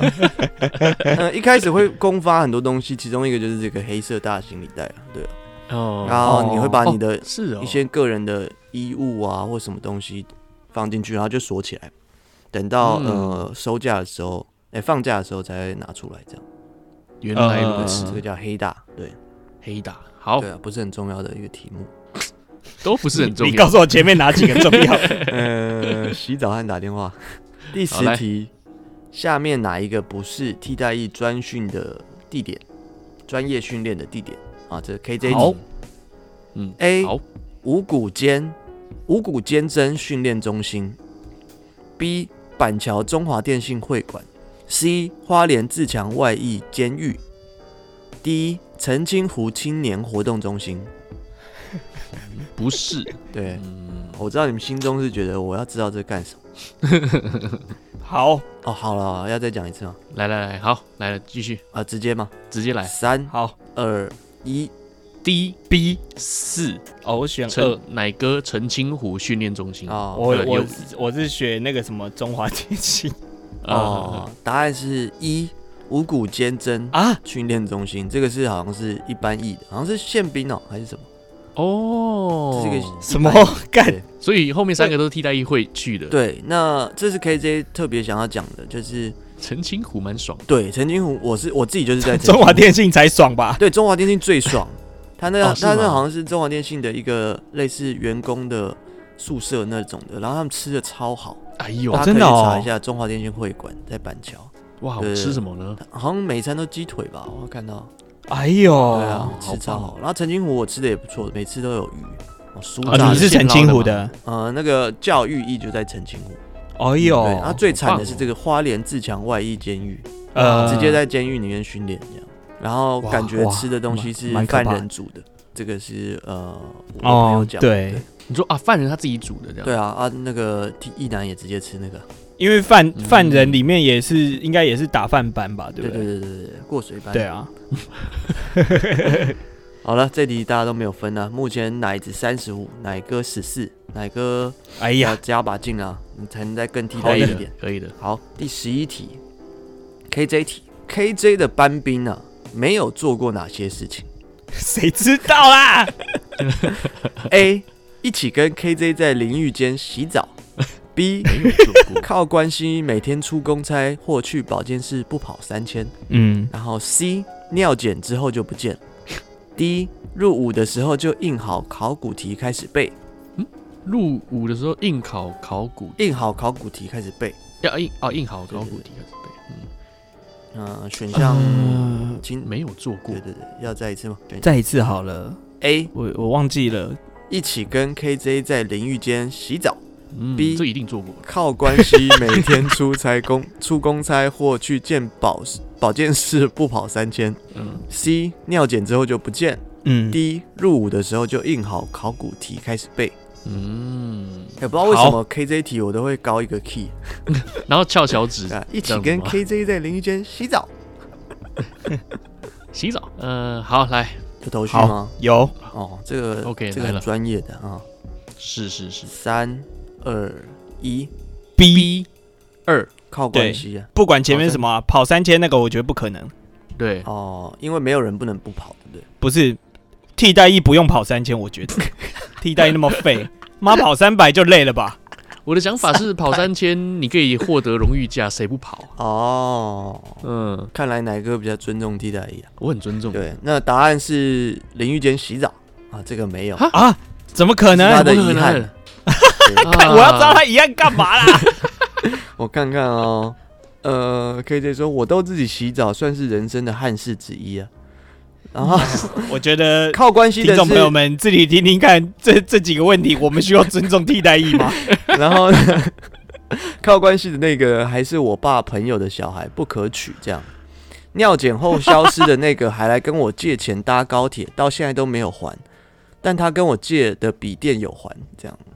呃，一开始会公发很多东西，其中一个就是这个黑色大行李袋啊，对啊，然
哦，
后你会把你的
是哦，
一些个人的衣物啊或什么东西放进去，然后就锁起来，等到、
嗯
呃收假的时候，哎、放假的时候才拿出来，这样，
原来
呃
如
对这
此，
个叫黑大，对，
黑大呃好
对啊，不是很重要的一个题目。
都不是很重
你告
要。
诉我前面哪几个重要？
呃，洗澡和打电话。第
好
十
来
题，下面哪一个不是替代役专训的地点？专业训练的地点啊，这是 KJ
好
题。
嗯
A
好
五股间五股间真训练中心，B 板桥中华电信会馆，C 花莲自强外役监狱，D 澄清湖青年活动中心。
不是，
对，
嗯，
我知道你们心中是觉得我要知道这干什么。
好
哦，好了，要再讲一次吗？
来来来，好，来了，继续，
啊，直接吗？
直接来。
三
好
二一，
D B 四呃
哦，我选二
陈。奶哥澄清湖训练中心。
哦
我
对
我
有
我是选那个什么中华电信
哦
哦，，答案是一五谷坚贞
啊，
训练中心，这个是好像是一般役的，好像是宪兵哦还是什么？
哦，
这是个
什么
一般役
干？
所以后面三个都是替代役会去的。，
对，那这是 KJ 特别想要讲的，就是
澄清湖蛮爽的。
对陈金虎，我是我自己就是在陈金
中华
湖
电信才爽吧？
对中华电信最爽，他那
哦是
他那
吗
好像是中华电信的一个类似员工的宿舍那种的，然后他们吃的超好，
哎呦，
大家可
真
以
的哦
查一下中华电信会馆在板桥，
哇，
对
我吃什么呢？
好像每餐都鸡腿吧，我看到。
哎呦，
对啊，
好
吃超
棒
好。然后澄清湖我吃的也不错，每次都有鱼。哦，苏
啊
炸
你
的
是
现
澄清
捞的
湖
吗
的？
呃那个教育意就在澄清湖。
哎
对，
呦，
然后最惨
棒
的
哦
是这个花莲自强外役监狱，
呃，
啊直接在监狱里面训练这样。然后
哇
感觉
哇
吃的东西是
蛮蛮可
犯
怕
人煮的，这个是呃我的朋友
哦，
讲的。
对，
你说啊，犯人他自己煮的这样。
对啊啊，那个一男也直接吃那个，
因为犯
嗯
犯人里面也是应该也是打饭班吧，对
对
不
对
对？
对对对，过水班。
对，啊，
好了，这题大家都没有分啊。目前奶子三十五，奶哥十四，奶哥
哎
要
呀，
加把劲啊，你才能再更替
可
代
以
一点
的。，可以的。
好，第十一题，KJ 题，KJ 的班兵呢、没有做过哪些 事情
谁知道啦？
？A. 一起跟 KJ 在淋浴间 洗澡。B.
没有做过。
靠关系每天出公差或去保健室不跑三千。
嗯，
然后 C. 尿检之后就不见。D. 入伍的时候就印好考古题开始背，
入伍的时候应考考古，
印好考古题开始背。
要应哦应考考古题开始背。嗯，
嗯、选项
呃
请
没有做过
对。对对，要再一次吗？选项
再一次好了，
A.
我我忘记了，
一起跟 KJ 在淋浴间洗澡。
嗯
B
这一定做过。
靠关系每天出差 公出公差或去健保保健室不跑三千
嗯，
，C 尿检之后就不见
嗯，
，D 入伍的时候就印好考古题开始背。
嗯，
也、不知道为什么 KJ 题我都会高一个 key
然后翘小指
啊，一
这
起
样子
跟
吗
KJ 在淋浴间洗澡，
洗澡。呃，好，来，
有头绪
好
吗？，
有
哦，这个
OK，
这个
来
很
了
专业的啊，
是是是。
三二一，
B，
二，
靠
对
关系啊，
不管前面什么啊跑三千那个，我觉得不可能，
对，
哦，因为没有人不能不跑，对不对？
不是替代役不用跑三千，我 觉得替代役那么废，妈跑三百就累了吧？
我的想法是跑三千，你可以获得荣誉价，谁不跑？啊
哦，
嗯，
看来哪个比较尊重替代役啊？
我很尊重。
对，那答案是淋浴间洗澡啊，这个没有，
哈
啊，怎么可
是他
能？
的
怎么可
遗憾
能
对
看 我要知道他一样干嘛啦？
我看看哦，呃，KJ 说我都自己洗澡，算是人生的憾事之一啊。然后
我觉 得
靠关系
嗯听
的
众朋友
是，
们自己听听看，这这几个问题，我们需要尊重替代役吗？
然后 靠关系的那个还是我爸朋友的小孩，不可取。这样，尿检后消失的那个还来跟我借钱搭高铁，到现在都没有还。但他跟我借的笔电有还，这样
啊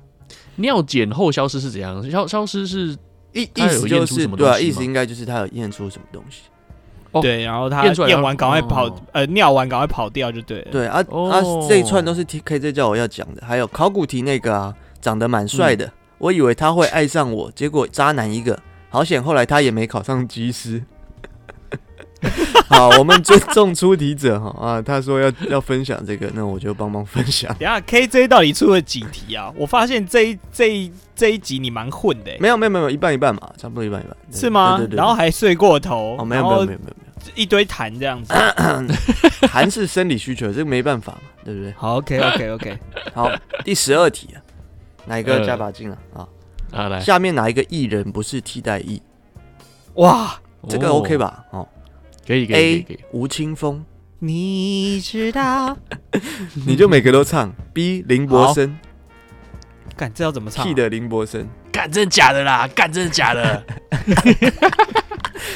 尿检后消失是怎样？消消失是
意
他有
意思
验
就
出
是
什么
对啊，
东西
意思
吗
应该就是他有验出什么东西。
哦
对，然后他
验出来
验
然后
完赶快跑
哦，
呃，尿完赶快跑掉就对了。
对啊、
哦
啊，这一串都是 T K Z 叫我要讲的，还有考古题那个啊，长得蛮帅
嗯
的，我以为他会爱上我，结果渣男一个，好险后来他也没考上机师。好，我们尊重出题者哈啊，他说要要分享这个，那我就帮忙分享。
等一下 KJ 到底出了几题啊？我发现这一这一这一集你蛮混的欸、
没有没有没有，一半一半嘛，差不多一半一半，对
是吗？
对对对
然后还睡过头，
哦，没有
然
没
后
有没有没有没
一堆痰这样子。
有，痰是生理需求，这个没办法嘛，对不对？
好，OK OK OK，
好，第十二题啊，哪一个
呃
加把劲啊？啊，
啊来
下面哪一个艺人不是替代役？
哇，
这个
哦
OK 吧？哦，
可以可以
A
可以可以，
吴 青峰，
你知道？
你就每个都唱。B 林柏森，
干这要怎么唱啊、
屁的林柏森。
干真的假的啦？干真的假 的？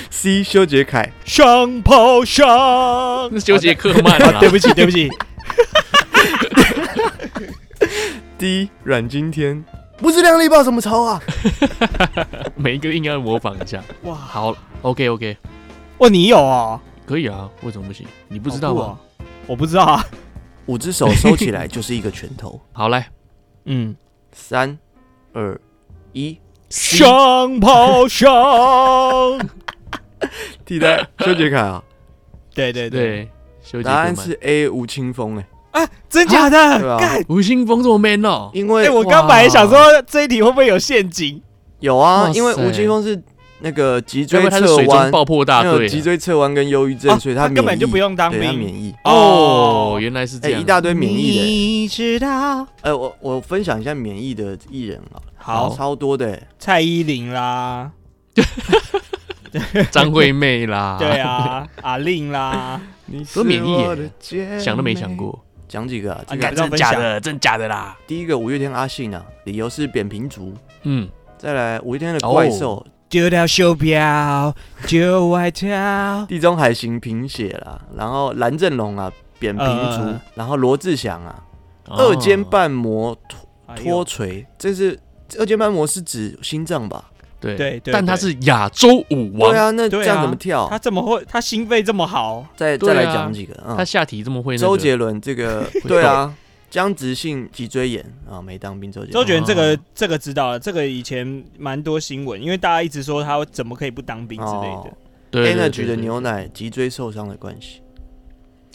C 修杰楷
上跑上，
那纠结克曼啊啦，
啊对不起对不起，
，D 阮经天。不是量力报什么仇啊？
每一个应该模仿一下。
哇
好，OK OK，
哇你有哦？
可以啊，为什么不行？你不知道
好
吗？
酷哦？我不知道啊。
五只手收起来就是一个拳头。
好来，
嗯，
三、二、一，
C
上跑上，
替代修杰楷啊。
对对对，
对，修杰
答
克
案
曼。
是 A 吴青峰哎，
啊，真假的？
对啊啊
干，
吴青峰这么 man 哦，
因
哎、
为
我刚本来想说这一题会不会有陷阱？
有
哇
啊，
塞
因为吴青峰是那个脊
要不然
椎
他是
侧
水中
弯，
爆破大
没有
队
脊
啊。
椎侧弯跟忧郁症，
啊
所以
他
免
根本就
疫
不用当
对他
兵哎
免疫。
哦，原来是这
哎，
样。
一大堆免疫的。
你知道？
哎，我我分享一下免疫的艺人啊，
好，
超多的哎。
蔡依林啦，
张惠妹 啦，
对，啊，阿令啦，
你是
都免疫耶
我的姐妹
想都没想。过。
讲几个啊？
啊
这
你
个
还不知道分享？
的，真假的啦。
第一个五月天阿信啊，理由是扁平足。
嗯，
再来五月天的怪
哦
兽，
丢掉手表，丢外套，
地中海型贫血啦，然后蓝正龙啊扁平足，
呃
嗯嗯嗯
然后罗志祥啊
哦
二尖
半。
瓣膜 脱
哎呦
脱垂，这是二尖瓣膜是指心脏吧？
对
对对
但他
对
是亚洲舞王
对，啊，那
对啊
这样怎么跳？
他怎么会？他心肺这么好？
再
对啊
再来讲几个啊
他？下体这么会那个。
周杰伦 这个对啊，僵直性脊椎炎啊，没当兵周杰伦
周杰伦这个、
哦
这个知道了，这个以前蛮多新闻，因为大家一直说他怎么可以不当兵之类的。
哦
对对对
Energy 的
对
牛奶脊椎受伤的关系，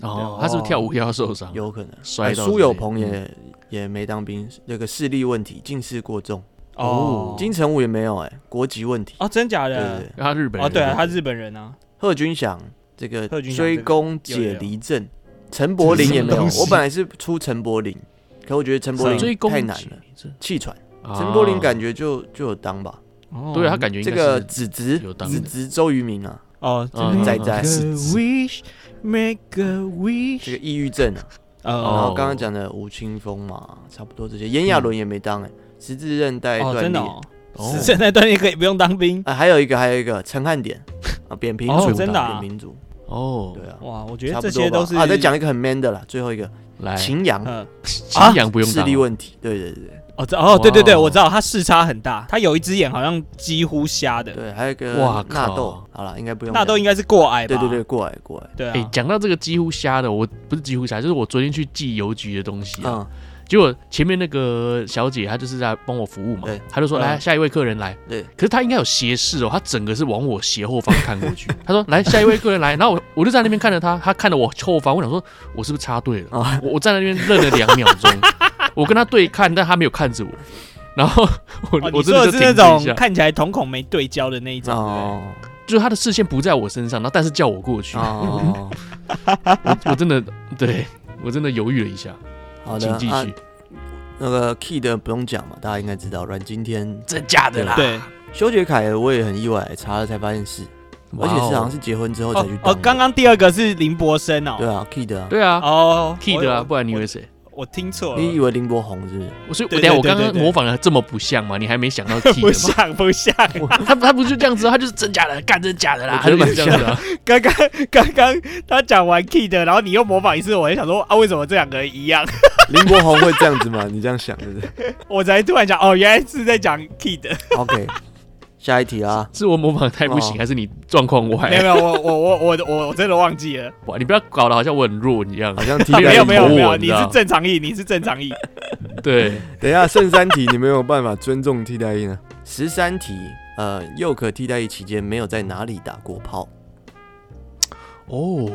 哦，他是不是跳舞要受伤，
有可能。
啊
啊
摔到之类的。
苏有朋也、
嗯
也没当兵，那个视力问题近视过重，
哦
金城武也没有哎、国籍问题。
哦，真假
对对
的？
对，
他日本
哦，
人
对啊，他日本人啊。
贺军翔这个
贺军翔
追工解离症，陈柏霖也没
这
有
是什么东。西
我本来是出陈柏霖，可我觉得陈柏霖
追攻啊
太难了，气喘。
了
陈柏霖感觉就就有当吧，
哦
对他感觉应
这
该
个
是
子侄
有当
子侄周渝民啊，
哦，
嗯
仔
Make
仔
a wish, make a wish。
这个抑郁症啊，然
哦
后刚刚讲的吴青峰嘛，差不多这些。炎亚纶也没当哎、十字韧带
哦，
断
真
裂。
的哦，
哦
现在锻炼可以不用当兵。
啊，还有一个，还有一个陈汉典啊，扁平足
哦
啦，
真的啊
扁平足，
哦，
对啊，
哇，我觉
差
得
不
这些
多吧
都是
啊。再讲一个很 man 的啦，最后一个
来，
秦啊阳
嗯，
秦哎阳不用
视
打
力问题，对对对
哦，这哦，对对对，
哇哦
我知道他视差很大，他有一只眼好像几乎瞎的，
对，还有一个
哇
纳
靠
豆，好了，应该不用
那都应
该
该是过矮吧？
对对对，过来过来，
对
哎，
啊，
讲到这个几乎瞎的，我不是几乎瞎，就是我昨天去寄邮局的东西啊，
嗯，
结果前面那个小姐她就是在帮我服务嘛
对，
她就说
嗯
来下一位客人来，
对
可是她应该有斜视哦，她整个是往我斜后方看过去，她说来下一位客人来，然后我我就在那边看着她，她看着我后方，我想说我是不是插队了？
哦
啊
我我站在那边愣了两秒 钟，我跟她对看，但她没有看着我，然后我、我
哦你
真
说
的就
的
是停
那
顿一
种
下，
看起来瞳孔没对焦的那一种，
哦
就是她的视线不在我身上，然后但是叫我过去，
哦，
我我真的对我真的犹豫了一下，
好的
请继续，
啊，那个 key 的不用讲嘛，大家应该知道，阮经天、
真假的啦，
对，
修杰楷，我也很意外，查了才发现是，而
哇
且
哦
是好像是结婚之后才
哦
去当
哦，
的，
刚刚第二个是林柏森哦，
对啊，key 的啊，
对啊
哦
，key 的啊，不然你以为
我
谁？
我听错
你以
了，
为林柏宏 是不是？
我所以，我
对
等一下我
对对
刚刚
对对
模仿的这么不像吗？你还没想到 T
不
的吗？
像不像，
他他不就这样子，他就是真假的，干真假的啦，他
我觉
就
得
是这样子啊。
刚 刚刚刚他讲完 key 的，然后你又模仿一次，我还想说啊，为什么这两个人一样？
林柏宏会这样子吗？你这样想对不对
我才突然想，哦，原来是在讲 key 的。
？OK，下一题啊啦。
是我模仿得太不行，
哦
还是你状况
没有
外？
没有，我我我我我我真的忘记了。
哇，你不要搞得好像我很弱一样
好。像题
他
没有
要
没有
投
没
我
有，
你
你
知道
是正常意，你是正常意。
对，
等一下，剩三题你没有办法尊重替代役呢。十三题，呃，佑可替代役期间没有在哪里打过 炮？
哦，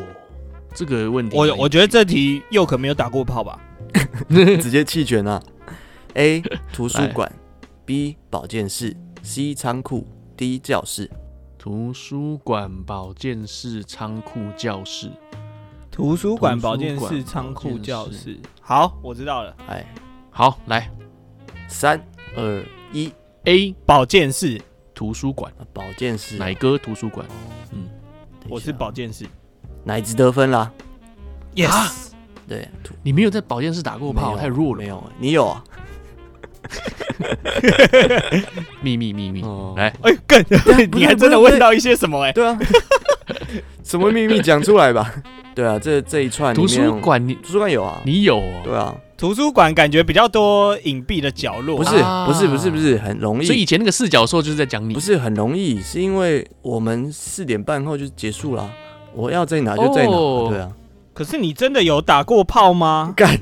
这个问题，
我我觉得这题又可没有打过炮吧？
直接弃权啊！A. 图书馆 B. 保健室 C. 仓库 D. 教室。
图书馆、保健室、仓库、教室，
图书
馆
馆、
保
保
健
健
室
室、
仓
仓
库
库、
教
教
室
室。好，我知道了，
哎，
好，来
三二一，
A
保健室，
图书馆，
保健室。
哪一个图书馆？
等一下
我是保健室。啊
哪一支得分啦？
Yes，
对，图
你没有在保健室打过
没
炮，
有
太弱了
没。有，你有啊？
秘密秘密，
哦
来，
哎， 更
对，
你还真的问到一些什么？哎，
对啊，什么秘密讲出来吧？对啊，这这一串里
图
面
书，馆你
图书馆有啊？
你有哦，
对啊，
图书馆感觉比较多隐蔽的角落，
不是
啊
不是不是不是很容
所以以
易，
前那个四角兽就是在讲你，
不是很容易，是因为我们四点半后就结束啦。我要在哪就在
哦
哪，对啊，
可是你真的有打过炮吗？
干，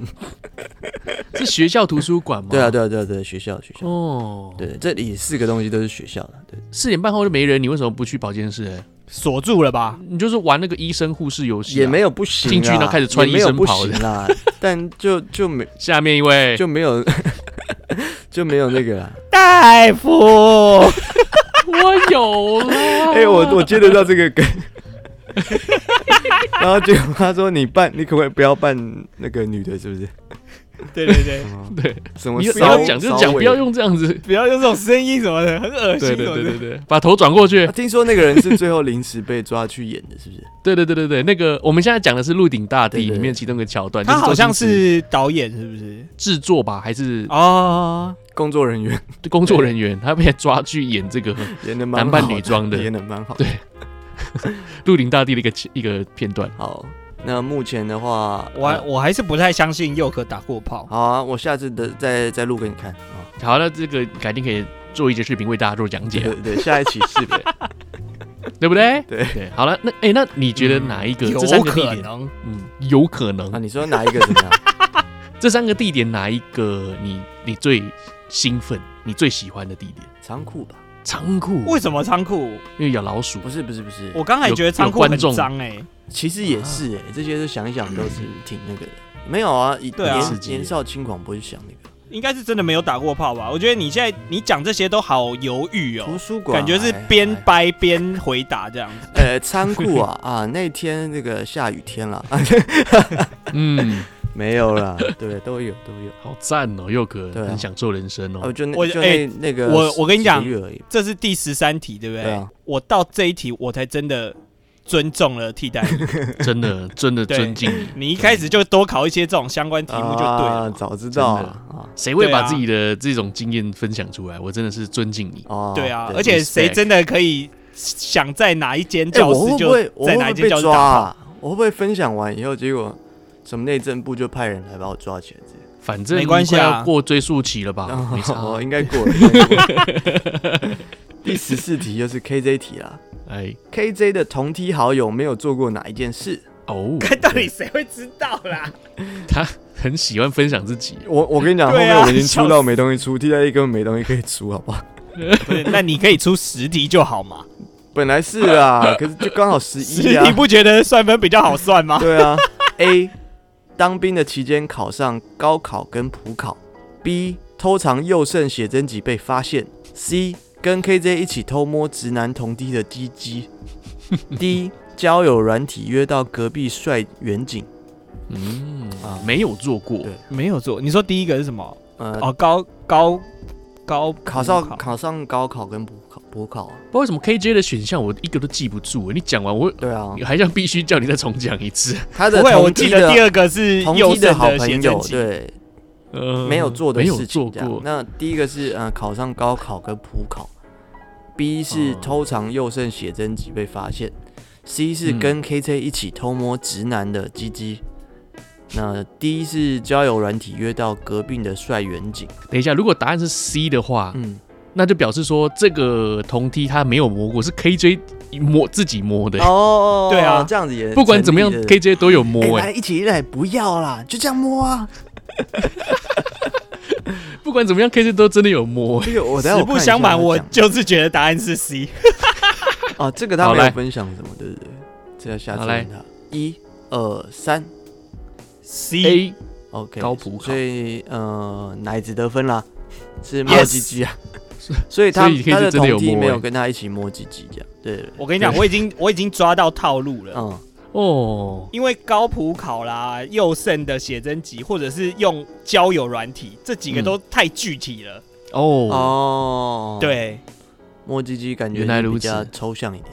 是学校图书馆吗？
对啊对啊对啊对啊，学校学校，
哦，
对，这里四个东西都是学校的，对，
四点半后就没人，你为什么不去保健室？欸
锁住了吧？
你就是玩那个医生护士游戏啊，
也没有不行啦，
进去然后开始穿
也没有
医生
不
袍哎
行啦，但就 就没
下面一位，
就没有 就没有那个啦。啊
大 夫，
我有啦。
哎、我我接得到这个梗， 然后结果他说你扮，你可不可以不要扮那个女的，是不是？
对对 对，
对，
什么
你你
骚
要讲就
骚
讲，
味
不要用这 样子。
不要用这种声音什么的，很恶心
对
什
对
么
对
的
对。对，把头转过去
啊。听说那个人是最后临时被抓去演的，是不是？
对对对对对，那个我们现在讲的是《鹿鼎大
对
帝
对》对
里面其中一个桥段，
他
就
好
周星
像
驰
是导演，是不是？
制作吧，还是
啊
哦，
工作人员
工作人员，他被抓去演这个《
演的蛮
男
好
扮女装的
演的蛮好。
对鹿鼎大帝》的一个一个片段。
好，那目前的话，
我还
呃
我还是不太相信佑可打过炮。
好啊，我下次的再再录给你看啊。
好，那这个改天可以做一节视频为大家做讲解啊
对，对对，下一期视频
对不对？
对
对，好了，那哎，那你觉得哪一个这三
有
个地
可
点，
能，
嗯，有可能
啊。你说哪一个怎 么样？
这三个地点哪一个你你最兴奋？你最喜欢的地点？
仓库吧？
仓库，
为什么仓库？
因为有老鼠
不。是不是不是，
我刚才觉得仓库很脏哎、
其实也
啊
是哎、这些都想一想都是挺那个的。没有啊，以
对啊
年年少轻狂不会想那个。
应该是真的没有打过炮吧？我觉得你现在你讲这些都好犹豫哦
图，书馆
感觉是
哎
边
哎
掰边回答这样子。
呃仓库啊 啊那天那个下雨天 了，啊
嗯，
没有 啦，对，都有都有。
好赞哦，佑哥，
对啊
很享受人生
哦，
哦。
就那
我
就那、
哎
那个
我我跟你讲
几个月而已
这是第十三题，对不对？
对啊
我到这一题，我才真的尊重了 替代役。
真的，真的
对
尊敬你。
你一开始就多考一些这种相关题目就对了
啊
嘛。
早知道
真
啊啊
谁会
对
把
啊
自己的这种经验分享出来？我真的是尊敬你。
哦
对啊，而且谁
respect
真的可以想在哪一间
哎、
教
我
室
会
就
不会我
在
会
哪一
不
间
会
教
被
室
抓、
打炮？
啊？我会不会分享完以后，结果什么内政部就派人来把我抓起来之类的？
反正
没关系啊
你快要过追溯期了
啊
吧？没差。
哦，应该过了。应该过了 第十四题又是 KJ 题啦。
哎，
KJ 的同梯好友没有做过哪一件事？
哦，
看到底谁会知道 啦？
他很喜欢分享自己。
我我跟你讲，后
对啊
面我已经
笑
出到
死
没东西出，替代一根本没东西可以出，好不好？
不是，那你可以出十题就好嘛。
本来是 啦，可是就刚好十
十
一啊
题。不觉得算分比较好算吗？
对啊，A 当兵的期间考上高考跟普考；B 偷藏右肾写真集被发现；C 跟 KJ 一起偷摸直男同梯的鸡鸡；D 交友软体约到隔壁帅远景。
嗯
啊，
嗯
没有做过
对
没有做。你说第一个是什么？哦
呃，
哦，高高高
考上考上高考跟补考补考啊，
不知道为什么 KJ 的选项我一个都记不住，你讲 完我
对 啊，
还像必须叫你再重讲一次。
他的
不会，
同
我记
梯
得
的
第二个是
同
右
梯的
胜
好
写
朋
真
友，
集，
对，
呃，
没有做的
没有
事
做
情这样。
过，
那第一个是呃考上高考跟普考，B 是
哦
偷藏右肾写真集被发现，C 是
嗯
跟 KJ 一起偷摸直男的鸡鸡。那 D 是交友软体约到隔壁的帅远景，
等一下，如果答案是 C 的话，
嗯，
那就表示说这个同梯他没有摸过，是 KJ 摸自己摸的。
哦
对啊
这样子也
不管怎么样
成立的
，KJ 都有摸
哎、
哎、
来一起来，不要啦，就这样摸啊！
不管怎么样，KJ 都真的有摸、哎
这个我等下
实
我看
不
一下
相
他
瞒，我
讲
就是觉得答案是 C。
啊，这个他
好
没有
来
分享什么，对不对？这要下次
好来
问他。一二三
C
A
，OK，
高普考
所以呃，奶子得分啦， 是摸鸡鸡啊。所以他
所以你可以
他
是
的
真的有
同梯
摸
没
欸
有跟他一起摸鸡鸡，这样对对对，
我跟你讲，我已经我已经抓到套路
啊
了，
嗯，
哦，
因为高普考啦、右胜的写真集，或者是用交友软体，这几个都太具体了。
嗯
哦，
哦，，
对，
摸鸡鸡感觉
原来
是
如
比
此
较抽象一点。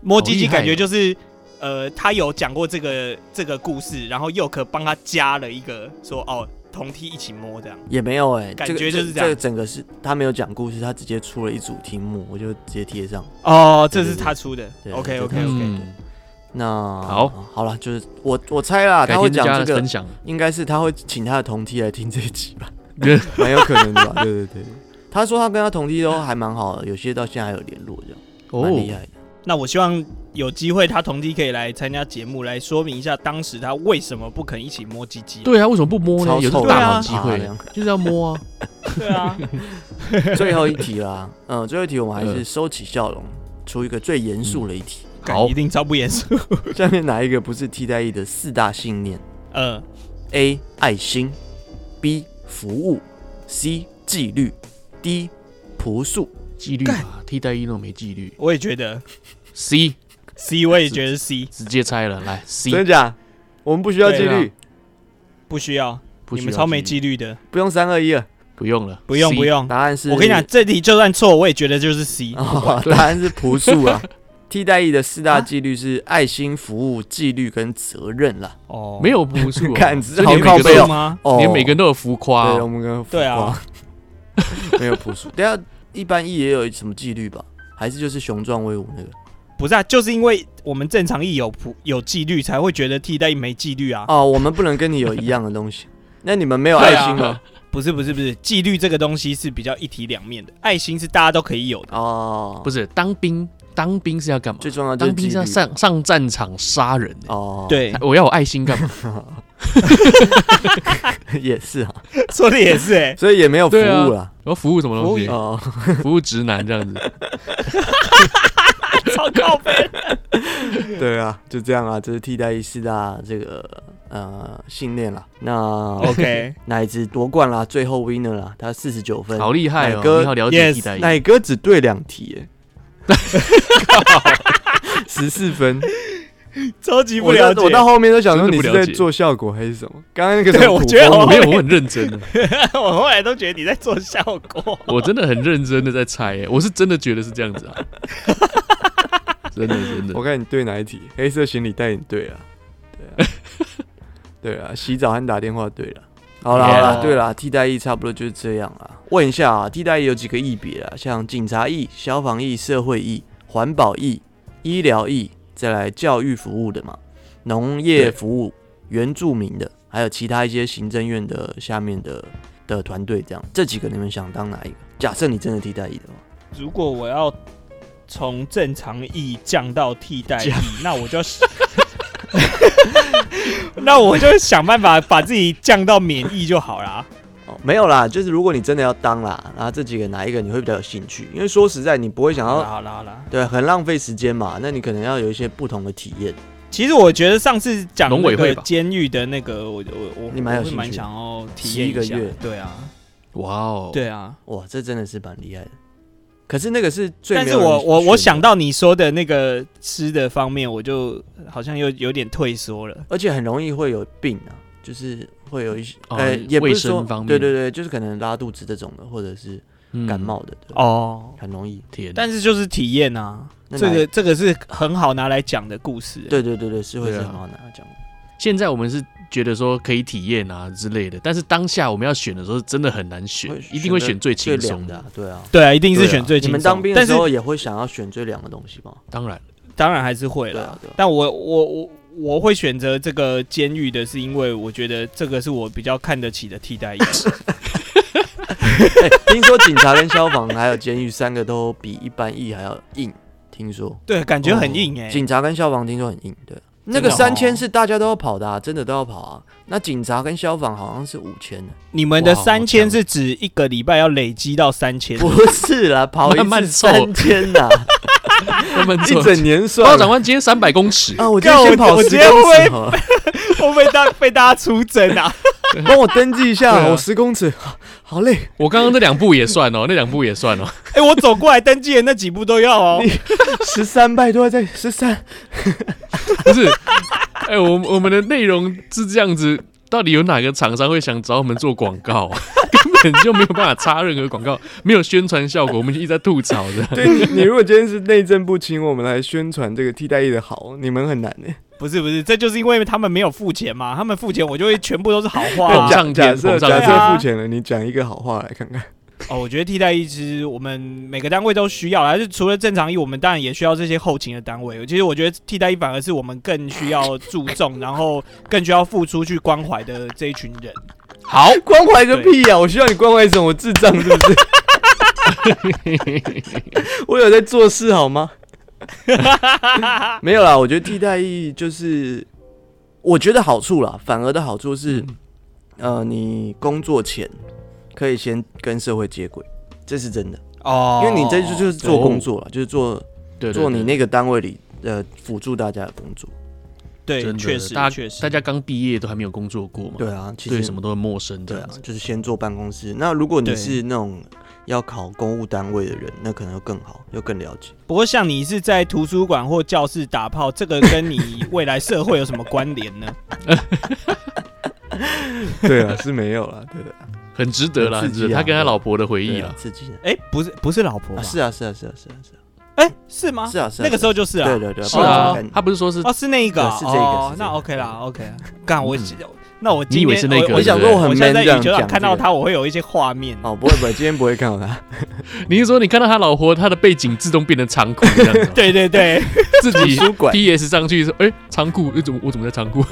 摸鸡鸡
好厉害
感觉就是，
哦
呃，他有讲过这个这个故事，然后又可帮他加了一个说哦，同梯一起摸这样。
也没有哎、
感
这个
觉
这
就是这
这
样
个整个是他没有讲故事，他直接出了一组题目，我就直接贴上。
哦，这
对
是
对对
他出的。
对
OK
对
OK
对
OK，
嗯，
那
好
好了，就是我我猜啦，
改
啊他会
天再
讲
加
这个
分，享。
应该是他会请他的同梯来听这一集 吧，蛮有可能的吧？对对对，他说他跟他同梯都还蛮好的，有些到现在还有联络，这样
哦
蛮厉害的。
那我希望有机会他同梯可以来参加节目，来说明一下当时他为什么不肯一起摸鸡鸡。
对啊，为什么不摸呢？
超
有这
臭
么
的
大好
啊
机会
这样，
就是要摸啊。
对啊，
最后一题啦，嗯，最后一题我们还是
嗯
收起笑容，出一个最严肃的一题。
干一定超不严肃。
下面哪一个不是替代役的四大信念？
呃，
A 爱心，B 服务，C 纪律，D 朴素。
纪律啊，替代一都没纪律。
我也觉得
C
C，我也觉得 C，
直接猜了，来 C
真的假？我们不需要纪
对
律，
不需要，
不
你
需
们
要
超没
纪
纪
律，
律的，
不用三二一了。
不用了，
不用
C
不。用。
答案是
我跟你 讲，，这题就算错，我也觉得就是 C。
哦、答案是朴素啊。 替代役的四大纪律是爱心、服务、纪律跟责任啦。
哦，
没有朴 素啊，
看只是
所以
好
你每
靠
个
背
都
哦
有吗？
哦
连每个人都有浮夸
对，
哦
我。们跟
对啊，
没有朴素。等一下一般役也有什么纪律吧？还是就是雄壮威武那个？
不是啊，就是因为我们正常一有普有纪律，才会觉得替代役没纪律啊。
哦，我们不能跟你有一样的 东西。那你们没有
对
爱
啊
心吗？
不是不是不是，纪律这个东西是比较一体两面的，爱心是大家都可以有的。
哦，
啊不是当兵，当兵是要干嘛？
最重要就是
当
纪
兵是
律
要上上战场杀人的。哎
哦，，
对，
我要有爱心干 嘛？
也是啊，
说的也是 哎、
所以也没有服务
对
啦。
我要服务什么东西？
哦，
服务直男这 样子。
超靠背。
对啊，就这样啊，这是替代役四大这个呃信念啦。
哦
那
OK，
奶子夺冠啦，最后 winner 啦，他四十九分。
好厉害
奶
哦！
哥
你好了解
Yes，
替代役。
奶哥只对两题 耶，十四分。
超级不
我
了
到
解。
我到后面都想说
真的不
你是
了解
在做效果还是什么？刚刚 那个
对
什么
我
苦
觉得
工
我
我没有，我很认真的，
我后来都觉得你在做效果。
我真的很认真的在猜耶，我是真的觉得是这样 子啊，真的真的
我。看你对哪一题？黑色行李带你对了，对啊，对啊，洗澡和打电话对了。好了
Yeah
好了，对了，替代役差不多就是这样啊。问一下啊，替代役有几个役别啊？像警察役、消防役、社会役、环保役、医疗役，再来教育服务的嘛，农业
对
服务、原住民的，还有其他一些行政院的下面的的团队这样。这几个你们想当哪一个？假设你真的替代役的话，
如果我要从正常役降到替代役，那我就要 那我就想办法把自己降到免疫就好啦。
哦，没有啦，就是如果你真的要当啦，然后这几个哪一个你会比较有兴趣？因为说实在，你不会想
好啦
要
好啦好啦。
对，很浪费时间嘛。那你可能要有一些不同的体验。
其实我觉得上次讲
农
那
委会
个
吧
监狱的那个，我我我
你蛮有
我会
兴趣
蛮
的
想要体验
11
下
个月
对啊
哇哦，，
对啊。
哇，这真的是蛮厉害的。可是那个是最
但
没
是
有人
我我
选的
我想，到你说的那个吃的方面，我就好像又有点退缩了。
而且很容易会有病啊，就是会有一些、
哦
呃，也不
卫
是
生
说
方面
对对对，就是可能拉肚子这种的，或者是
嗯
感冒的，对
哦，
很容易。
天，
但是就是体验啊，
那
这
哪
个这个是很好拿来讲的故事、
对对对对，是会
对啊
是很好拿来讲的。
现在我们是觉得说可以体验啊之类的，但是当下我们要选的时候，真的很难选
会，
啊一定会
选
选
择
最
最
轻
凉
松
的啊、。对啊。
对啊，一定是
对啊
选最
你
轻松。
们当兵的
但是
时候也会想要选最凉的东西吗？
当 然，
当然还是会
对
啦。
啊对啊
但我我我我会选择这个监狱的，是因为我觉得这个是我比较看得起的替 代役。
哎、听说警察跟消防还有监狱三个都比一般役还要硬，听说。
对，感觉很硬哎、
警察跟消防听说很硬，对。那
真
个
的
三千
哦
是大家都要跑的、啊，真的都要跑啊。那警察跟消防好像是五千的，
你们的
哇好强
三千是指一个礼拜要累积到三 千？
不是啦，跑
慢慢
一次
凑
三千 呐，
他们
一整年算
报
了
长官今天三百公尺，
啊！我今天
干
先
我
跑
我
十
今天
公
会
尺 好了，
会不会大被大家出征啊？
帮我登记一
对
下，
啊
我十公尺， 好好累。
我刚刚那两步也算 哦，那两步也算哦。
哎、我走过来登记的那几步都要哦。
十三拜托在十三，
不是，哎、我们我们的内容是这样子，到底有哪个厂商会想找我们做广告、 啊？根本就没有办法插任何广告，没有宣传效果，我们就一直在吐槽的。
对你你如果今天是内政部请我们来宣传这个替代役的好，你们很难欸呢、
不是不是，这就是因为他们没有付钱嘛，他们付钱我就会全部都是好 话、
捧
啊。
上
假
天，
设
捧上
假
对啊
天。
设付钱了，你讲一个好话来看看。
哦，我觉得替代役其实我们每个单位都需要啦，还是除了正常役，我们当然也需要这些后勤的单位。其实我觉得替代役反而是我们更需要注重，然后更需要付出去关怀的这一群人。
好，
关怀个屁啊呀、我需要你关怀什么？我智障是不是？我有在做事好吗？没有啦，我觉得替代役就是，我觉得好处啦，反而的好处是，呃，你工作前可以先跟社会接轨，这是真的，
哦
因为你这就就是做工作了，就是做
对对
做你
对
那个单位里呃辅助大家的工作。
哦对，
真的
确实
大
确实
大家刚毕业都还没有工作过嘛，
对啊，其
对
实
什么都很陌生这
对
样
啊
子。，
就是先做办公室。那如果你
对
是那种要考公务单位的人，那可能又更好，又更了解。
不过像你是在图书馆或教室打炮，这个跟你未来社会有什么关联呢？
对啊，是没有了，对的，
很值得啦，
很
很
刺
值
激
得。
啊
他跟他老婆的回忆
对啊
啦，，
刺激的。
哎、不是不是老婆吧
啊，是啊，是啊，是啊，是啊，是
哎、是吗？
啊，是啊，是啊。
那个时
候，
候就是啊，
对对对，
是
不然
啊
我看，
他不是说是
哦，是那一个啊，
对是这个
哦
是这个
那 OK 啦，OK。干啊我
嗯，
那我今
你以为
天
是那个
我
我
我
想
对
说
不对
我很
我
man
现
这
在在
样
宇宙
讲
上看到
这个。
他，我会有一些画面。，
哦，不会不会，今天不会看到他。
你是说你看到他老婆，他的背景自动变成长裤这样子吗
对对对，
啊
自己
图书 馆
PS 上去说，哎，长裤，哎怎么我怎么在长裤？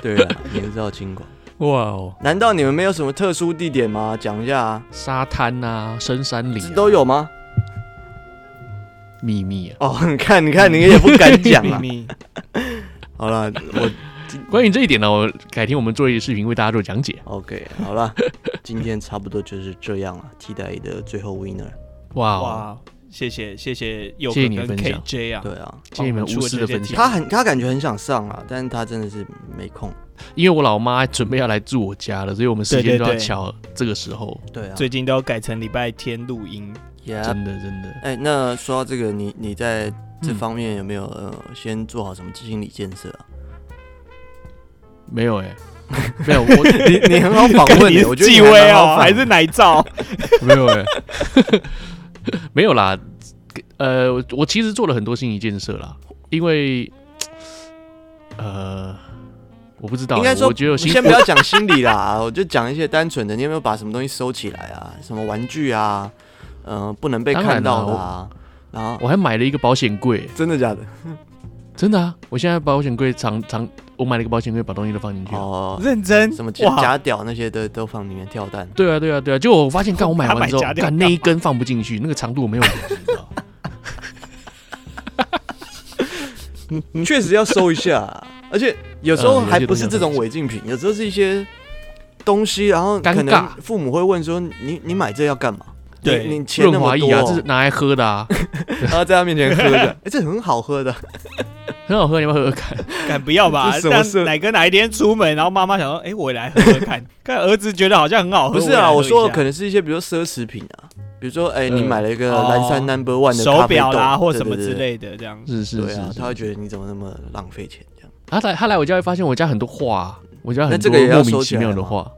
对啊，年少轻狂。
哇哦，
难道你们没有什么特殊地点吗？讲一下啊，
沙滩啊，深山林
这
啊
都有吗？
秘密啊。
哦，你看，你看，你也不敢讲
秘
啊。
密。
好了，我
关于这一点呢，我改天我们做一个视频为大家做讲解。
OK，好了，今天差不多就是这样了。替代的最后 winner，
哇哦，
哇，谢谢谢谢佑哥
谢谢你的
跟
分享
KJ 啊，
对啊，
谢谢你们无私的分享。
他很，他感觉很想上啊，但是他真的是没空。
因为我老妈准备要来住我家了，所以我们时
对对
间都要
对
巧这个时候。
对啊，
最近都改成礼拜天录音。
也啊
真的真的，
哎，那说到这个，你你在这
嗯
方面有没有呃先做好什么心理建设啊？
没有哎，没有我
你你很好 访问
你
欸哦的，我
是
觉得
纪
你
威
很好哦
哦，
访
还是奶罩？
没有哎、没有啦。呃，我我其实做了很多心理建设啦，因为呃，我不知道欸，
应该说
我觉得我
你
心
先不要讲心理啦， 我就讲一些单纯的，你有没有把什么东西收起来啊？什么玩具啊？嗯，不能被
当
看
然啦
到的啊。然后
我还买了一个保险柜，
真的假的？
真的啊！我现在保险柜藏藏，我买了一个保险柜，把东西都放进去啊。
哦，
认真
什么假
哇，
假屌那些都都放里面跳蛋。
对啊，对啊，对啊！就我发现，干我买
他买
完之后
假，掉
干
干
那
嘛
一根放不进去，那个长度我没有量，你知道吗
你确实要收一下啊，而且有时候
嗯
还不是这种违禁品，有时候是一些东西，然后
尴尬
可能父母会问说：“你你买这要干嘛？”
对
你你钱那
润
么
滑
多
液啊，这是拿来喝的啊，
然后 在他面前喝的，哎、这很好喝的，
很好喝，你要不要喝喝看？
敢不要吧？
这什么
让
事
奶哥哪一天出门，然后妈妈想说，哎，我也来喝喝 看。看儿子觉得好像很好喝，
不是啊？
也来
我
喝一下
说的可能是一些比如说奢侈品啊，比如说哎、你
嗯
买了一个
哦
蓝山 Number One 的
手表啦
咖啡豆
或什么之，类的这样。
是是
对对
是
对对啊，
是
他会觉得你怎么那么浪费钱这样？
他来他来我家会发现我家很多画啊、我家
那
很
这
多
个也要
莫
收
名
起
其
来
妙的
吗
画，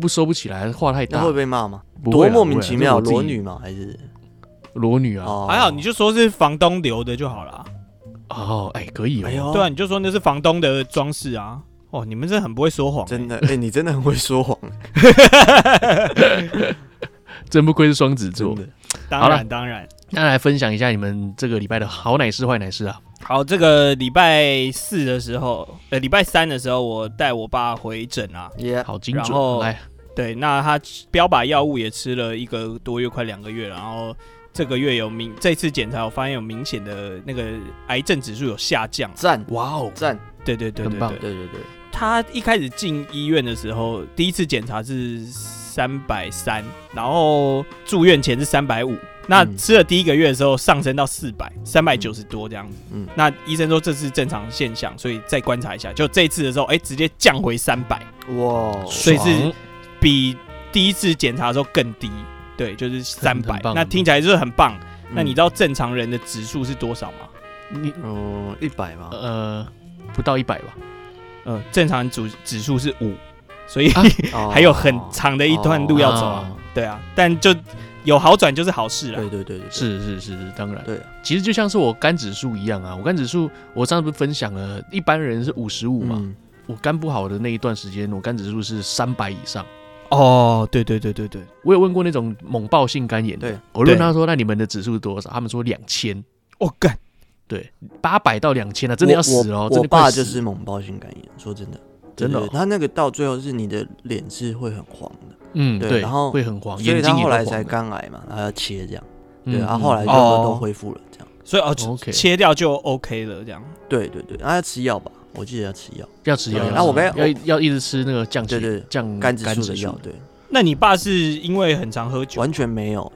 不收不起来，话太
那
大
会，被骂吗？
啊不会
多
啦
莫名其妙，
不会啦啊这
裸
是我自己
女吗？还是
裸女啊，
哦，
还好，你就说是房东留的就好了。
哦，哎，可以
哎
哦，
呦，
对啊，你就说那是房东的装饰啊。哦，你们这很不会说谎、欸
真的，哎，你真的很会说谎，
真不愧是双子
真
座。
的。
当
好了
然当然。
那来分享一下你们这个礼拜的好奶事、坏奶事啊。
好，这个礼拜四的时候，呃，礼拜三的时候，我带我爸回诊啊。
耶，
好精
然后
准，来，
对，那他标靶药物也吃了一个多月，快两个月了，然后这个月有明，这次检查我发现有明显的那个癌症指数有下降。
赞
哇哦，
赞，
对对对对
很棒
对，
对对对，
他一开始进医院的时候，第一次检查是三百三，然后住院前是三百五。那
嗯
吃了第一个月的时候上升到四百，三百九十多这样子。
嗯
那医生说这是正常现象，所以再观察一下。就这一次的时候，哎、直接降回三百，
哇，
所以是
爽
比第一次检查的时候更低。对，就是三百
很棒。
那听起来就是很棒。
嗯
那你知
道
道正常人的指数是多少吗？
你
哦一百吗？
呃不到一百吧？
嗯，正常人指指数是五，所以、
啊
哦
还有很长的一段路要走啊。
哦
对啊，但就有好转就是好事了。
对对对对，对
是是是是，当然。
对，
其实就像是我肝指数一样啊，我肝指数我上次不是分享了，一般人是五十五嘛，
嗯
我肝不好的那一段时间，我肝指数是三百以上。
哦，对对对对对，
我有问过那种猛爆性肝炎的
对，
我问他说：“那你们的指数是多少？”他们说两千，
我哦干，
八百到两千啊，真的要死了
我
哦！
我
真
我
的快
爸
死
就是猛爆性肝炎，说真的，
真的
对
哦
对对他那个到最后是你的脸是会很黄的，
嗯
对
对，
然后
会很黄，
所以
眼
他
睛也
后
会
来
黄
才
的。
肝癌嘛，他要切这样，
嗯
对，然后
嗯
后来就
哦
哦
都恢复了这样，
所以哦
OK
切掉就 OK 了，这样。
对对对，然后要吃药吧，我记得要吃药，
要吃药，
对
要
然后我
吃药
刚才
要一要一直吃那个降
对对
血降
肝
指
指数的药，
数
对，
那你爸是因为很常喝酒
完全没有，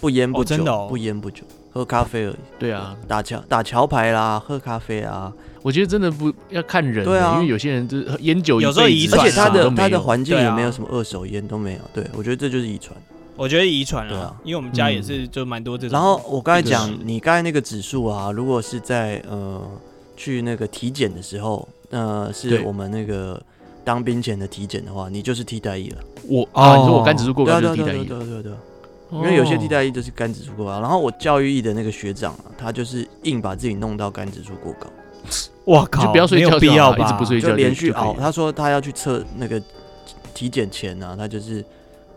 不烟不
哦
酒
真的哦，
不烟不酒，喝咖啡而已，
对啊，
打桥打桥牌啦，喝咖啡啊，
我觉得真的不要看人欸，
对啊
因为有些人就是烟酒一辈子，
有时候遗
而
传啊
且他
啥
的
都没
他的
有。
环境
对
也
啊
没有什么二手烟都没有，对我觉得这就是遗传。
我觉得遗传
对
啊
啊，
因为我们家也
嗯
是就蛮多这种。
然后我刚才讲
对，
你刚才那个指数啊，如果是在呃去那个体检的时候，呃，是
对
我们那个当兵前的体检的话，你就是替代役了。
我啊，你说我
哦
肝指数过
对
高
啊
就
对
是
啊
替
对啊
代
对
役哦
啊对，啊对啊对啊，
因
因为有些替代役就是肝指数过高。然后我教育役的那个学长啊，他就是硬把自己弄到肝指数过高，
我
就
靠，
不要睡
没有
觉，
必
就
要
好了
吧？
一直不睡觉
就
就
连续
就可以
熬。
了
他说他要去测那个体检前啊，他就是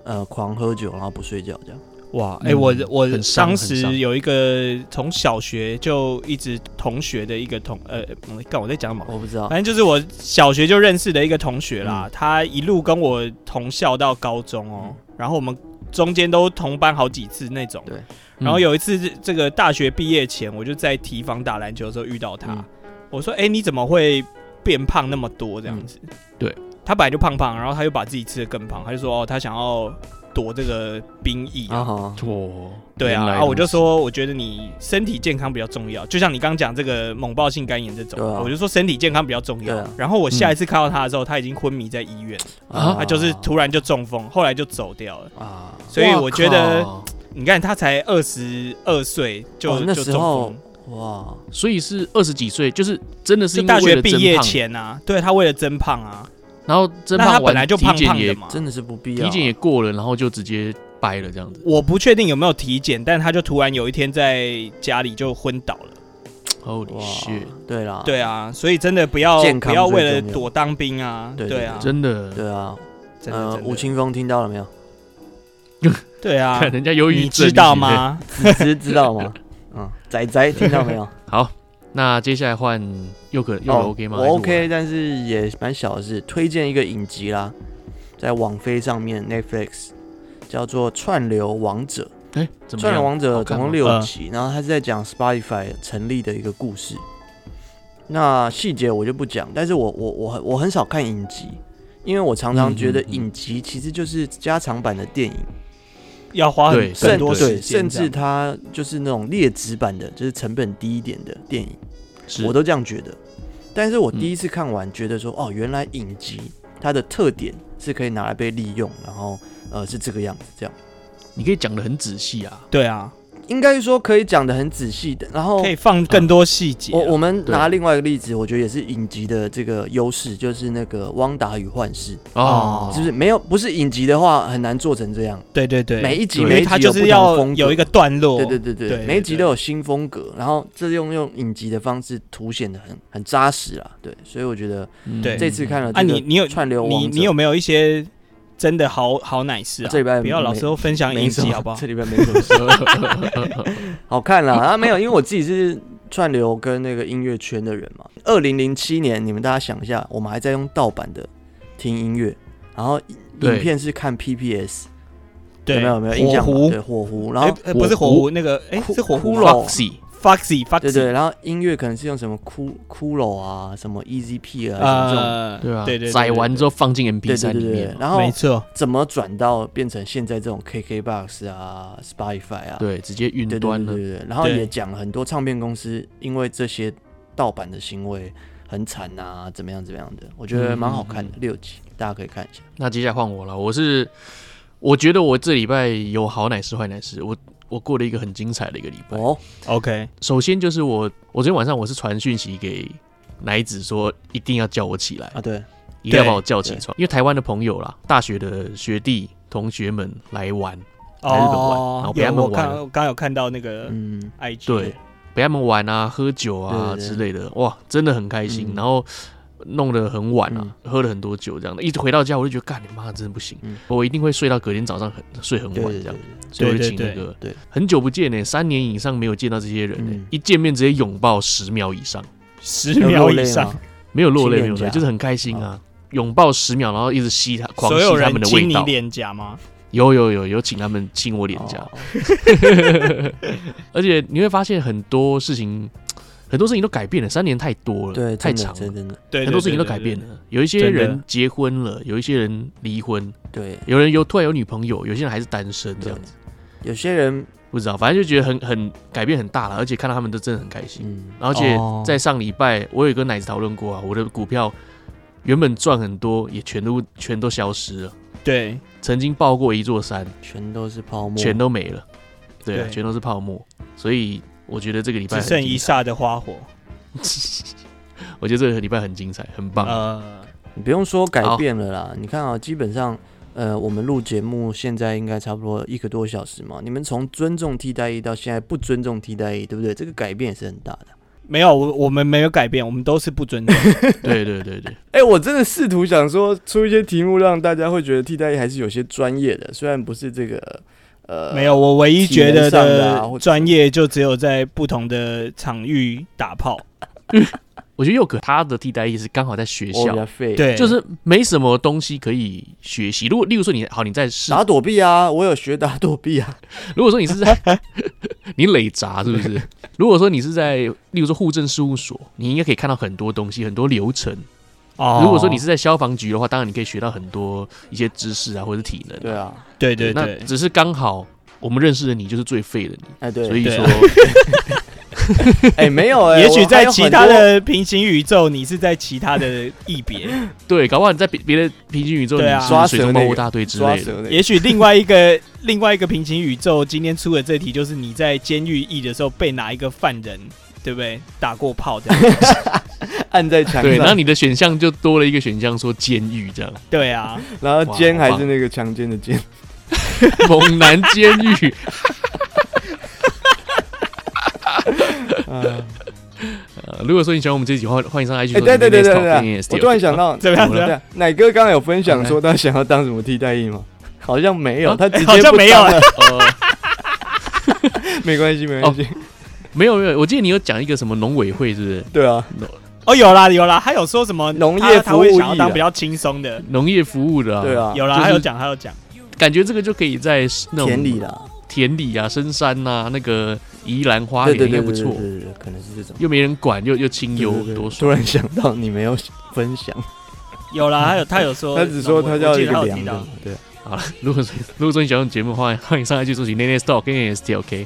呃狂喝酒，然后不睡觉这样。
哇，哎、
嗯
我我
很伤很
当
伤
时有一个从小学就一直同学的一个同呃，我干我在讲什么？
我不知道
哎
反，正就是我小学就认识的一个同学
嗯
啦，他一路跟我同校到高中哦，然后我们中间都同班好几次那种。
对
嗯
然后有一次，这个大学毕业前，我就在提防打篮球的时候遇到他，
嗯
我说：“哎、你怎么会变胖那么多这样子？”
嗯
对，
他本来就胖胖，然后他又把自己吃的更胖，他就说：“哦，他想要躲这个兵役啊。
啊哈，
错，
对啊，
嗯原来
然
如
后
此
我就，说，我觉得你身体健康比较重要。就像你刚讲这个猛爆性肝炎这种，
对啊
我就说身体健康比较重要。
对啊
然后我下一次看到他的时候，他已经昏迷在医院，
啊
他就是突然就中风，后来就走掉了。
啊。
所以我觉得
哇靠
你看他才二十二岁就、
哦那
就
时
中
候
风，
哇，
所以是二十几岁，就是真的是
就
因为
大
为
学
了
毕
增
业
胖，
前啊，对他为了增胖啊，
然后增
那他
胖
本
完
来就
体
胖
检
胖的
也
嘛。
真的是不必要、啊
体检也过了，然后就直接掰了这样子。
我不确定有没有体检，但他就突然有一天在家里就昏倒了。
Holy shit！
对啦，
对啊，所以真的不要
健康
不要为
最
了
重要
躲当兵啊，
对
对啊，
真的，
对啊，
真的
呃，
真的
吴青峰听到了没有？
对啊，
看人家忧郁
你
症
知道？吗？
子知知道 吗？嗯，仔仔听到没有？
好，那接下来换又可
哦
又可 OK 吗？
我
还是啊
OK，但是也蛮小的事。推荐一个影集啦，在网飞上面 Netflix 叫做《串流王者》。
哎，怎么
《串流
样？
王者
好》看
总
吗
共六
嗯
集，然后它是在讲 Spotify 成立的一个故事。那细节我就不讲，但是我我我很我很少看影集，因为我常常觉得
嗯嗯嗯
影集其实就是加长版的电影。
要花
对
很
甚
更多
对，
时间
甚
这样
至它就是那种劣质版的，就是成本低一点的电影，
是嗯
我都这样觉得。但是我第一次看完，觉得说，哦，原来影集它的特点是可以拿来被利用，然后呃是这个样子，这样
你可以讲的很仔细啊。
对啊，
应该说可以讲的很仔细的。然后
可以放更多细节啊。
哦我我们
对
拿另外一个例子，我觉得也是影集的这个优势，就是那个《汪达与幻视》，
哦，
就是没有不是影集的话很难做成这样，
对对对，
每一集
因
每
为
一
它
集
就
不
是
同
要
风格
有一个段落，
对对对对，
对对
每一集都有新风格，然后这用用影集的方式凸显的很很扎实啦，对，所以我觉得
嗯
对
这次看 了
啊，
这
你
个
你有
串流王
你
者
你有没有一些真的好好奶事啊？
这礼拜
不要老是都分享
没
影
什
集
么
好不好
这？礼拜没什么事
啊
好看啦，啊没有，因为我自己是串流跟那个音乐圈的人嘛。二零零七年，你们大家想一下，我们还在用盗版的听音乐，然后
对
影片是看 PPS，有
对，
没有有没有印象
火
吧？
狐
对，火狐，然
哎
后
呃不是火
火
狐那个，哎
骷
是火
骷
狐
髅
哦 Foxy，
Foxy Foxy，
对对，然后音乐可能是用什么骷骷髅啊，什么 Easy P 啊，什么这种
呃，
对啊，
对对，
载完之
后，
后放进 MP
对对
三
对
里
对
面，，嘛，
然后
哦没错，
怎么转到变成现在这种 KKBox 啊、Spotify 啊，
对，直接云
对对
端
对
了
对，对，然后
对
也讲了很多唱片公司因为这些盗版的行为很惨啊，怎么样怎么样的，我
嗯
觉得蛮好看的，六集大家可以看一下。
那接下来换我了，我是我觉得我这礼拜有好奶事坏奶事，我我过了一个很精彩的一个礼拜。
哦，
OK，
首先就是我我昨天晚上我是传讯息给奶子说一定要叫我起来，
啊对，
一定要把我叫起床，因为台湾的朋友啦，大学的学弟同学们来玩，来日本玩然后
哦，
陪他
有
们
我看
玩
我刚有看到那
呃
个
嗯，
IG，
对，陪他们玩啊、喝酒啊
对对对
之类的，哇，真的很开心。
嗯
然后弄得很晚啊，喝了很多酒，这样的，一直回到家我就觉得，干你妈，真的不行，
嗯
我一定会睡到隔天早上很睡很
对
晚
对
这
对
样。，所
对
以我就
对
请那
对
个
对
很久不见呢、三年以上没有见到这些人、呢，欸
嗯
一见面直接拥抱十秒以上，
十秒以
有落泪啊
上，
吗
没有落泪，
亲
没
脸
有落泪，
颊
就是很开心啊，拥抱十秒，然后一直吸他，狂
哦所
吸
有
他
人
们的
亲
味
你
道，
脸颊吗？
有有有有请他们亲我脸颊，
哦
而且你会发现很多事情，很多事情都改变了，三年太多了，
对，
太
真的
长
真
了。
的真的
对，
很多事情都改变了，有一些
真的
人结婚了，有一些人离婚，
对
有人有突然有女朋友，有些人还是单身这
对
样子，，
有些人
不知道，反正就觉得很很改变很大了，而且看到他们都真的很开心。
嗯
而且
哦
在上礼拜，我有跟奶子讨论过啊，我的股票原本赚很多，也全都全都消失了。
对，
曾经爆过一座山，
全都是泡沫，
全都没了，对啊，
对
全都是泡沫。所以我觉得这个礼拜
只
很
剩
精
一
彩，
刹的花火，
我觉得这个礼拜很精彩，很棒。
呃，
你不用说改变了啦，你看啊，基本上，呃，我们录节目现在应该差不多一个多小时嘛。你们从尊重替代役到现在不尊重替代役，对不对？这个改变也是很大的。
没有，我我们没有改变，我们都是不尊重。
对对对对，
哎、我真的试图想说出一些题目，让大家会觉得替代役还是有些专业的，虽然不是这个，呃，
没有，我唯一觉得
体能上的啊
的
或者
专业就只有在不同的场域打炮。
我觉得佑可他的替代役是刚好在学
我
哦
比
校
较，废，，
对，
就是没什么东西可以学习。如果例如说你好，你在市
打躲避啊，我有学打躲避啊，
如果说你是在 你累砸是不是？如果说你是在，例如说户政事务所，你应该可以看到很多东西，很多流程。
哦
如果说你是在消防局的话，当然你可以学到很多一些知识啊，或者是体能、
对，啊，
对对对
那，只是刚好我们认识的你就是最废的你，
哎、对，
所以
对
说
啊
哎、没有、哎，
也许
我还
在
有
其
很
他
多
的平行宇宙，你是在其他的异 别。
对，搞不好你在别别的平行宇宙
对啊
你是水中猫大队之
抓
类的，
蛇的，
也许另外一个 另外一个平行宇宙，今天出的这题就是你在监狱役的时候被哪一个犯人，对不对？打过炮的。
按在墙上，
对，然后你的选项就多了一个选项说监狱这样，
对 啊，
然后
哇
肩
好
还
棒
是那个强奸 的肩。
猛男监狱，
啊
呃，如果说你喜欢我们这集的话，欢迎上 IG
哎，
说
对对对对对
Next Talk，
对，
NST
我突然想到，
怎么样？
怎么
怎么
了
样？
对，奶哥刚刚有分享说他想要当什么替代役吗？好像没有，
啊
他直接
好像
不
没有
当了，
呃哦
没关系，没关系。
没有没有，我记得你有讲一个什么农委会是不是？
对啊，
哦，有啦有啦，他有说什么
农业
他他会
服务
想要
役
当
啊
比较轻松的，
农业服务的、啊，
对，啊，
有啦，
就是
他有讲他有讲，
感觉这个就可以在那种
田里啦，
田里啊、深山呐、那个宜兰花
对
园
对
应
对
该
对
不
对
错，
对对对，可能是这种。
又没人管，又又清
有
幽，多
突
爽。
然想到你没有分享，
有啦， 他有他有说，
呃
他只说他
我
叫
记
一
得他
个
有
凉
提到
的，对，
好了，如果说如果说你喜欢我们节目的话，欢迎上来去搜寻 Nene Stock 跟 NST OK。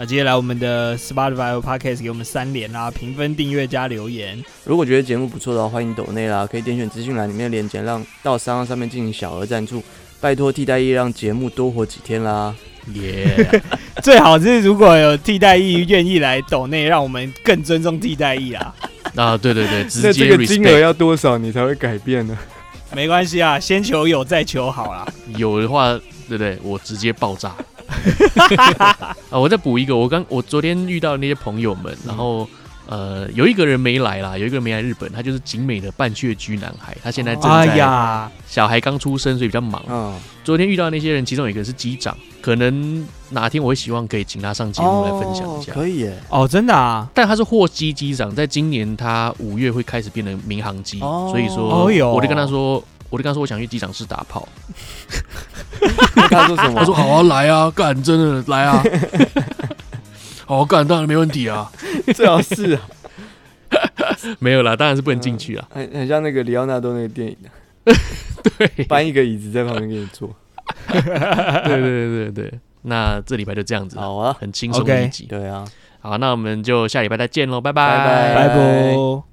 那啊接下来我们的 Spotify Podcast 给我们三连啦，评分、订阅加留言。
如果觉得节目不错的话，欢迎抖内啦，可以点选资讯栏里面的链接，让到三号上面进行小额赞助，拜托替代役让节目多活几天啦。
耶，
最好是如果有替代役愿意来抖内，让我们更尊重替代役啦。
啊，对 对对，直
那
接
这个金额
respect，
要多少你才会改变呢？
没关系啊，先求有再求好啦。
有的话，对不对？我直接爆炸。 啊，我再补一个，我刚我昨天遇到那些朋友们，然后呃，有一个人没来啦，有一个人没来日本，他就是景美的半血居男孩，他现在正
哎
在
呀，
小孩刚出生，所以比较忙。
嗯
啊，
昨天遇到那些人，其中有一个是机长，可能哪天我会希望可以请他上节目来分享一下。
可以耶。
哦，真的啊，
但他是货机机长，在今年他五月会开始变成民航机，
哦
所以说，
哦哟
我就跟他说，我就跟他说我想去机场室打炮，
那他说什么？
他说好啊，来啊，干，真的来 啊，好啊干，当然没问题啊，
最好是 啊，
没有啦，当然是不能进去啊，
很很像那个里奥纳多那个电影 啊，
对，
搬一个椅子在旁边给你 坐。
对对对对，那这礼拜就这样子，
好啊，
很轻松的
OK
一集，
对啊。
好，那我们就下礼拜再见喽，拜
拜拜
拜拜。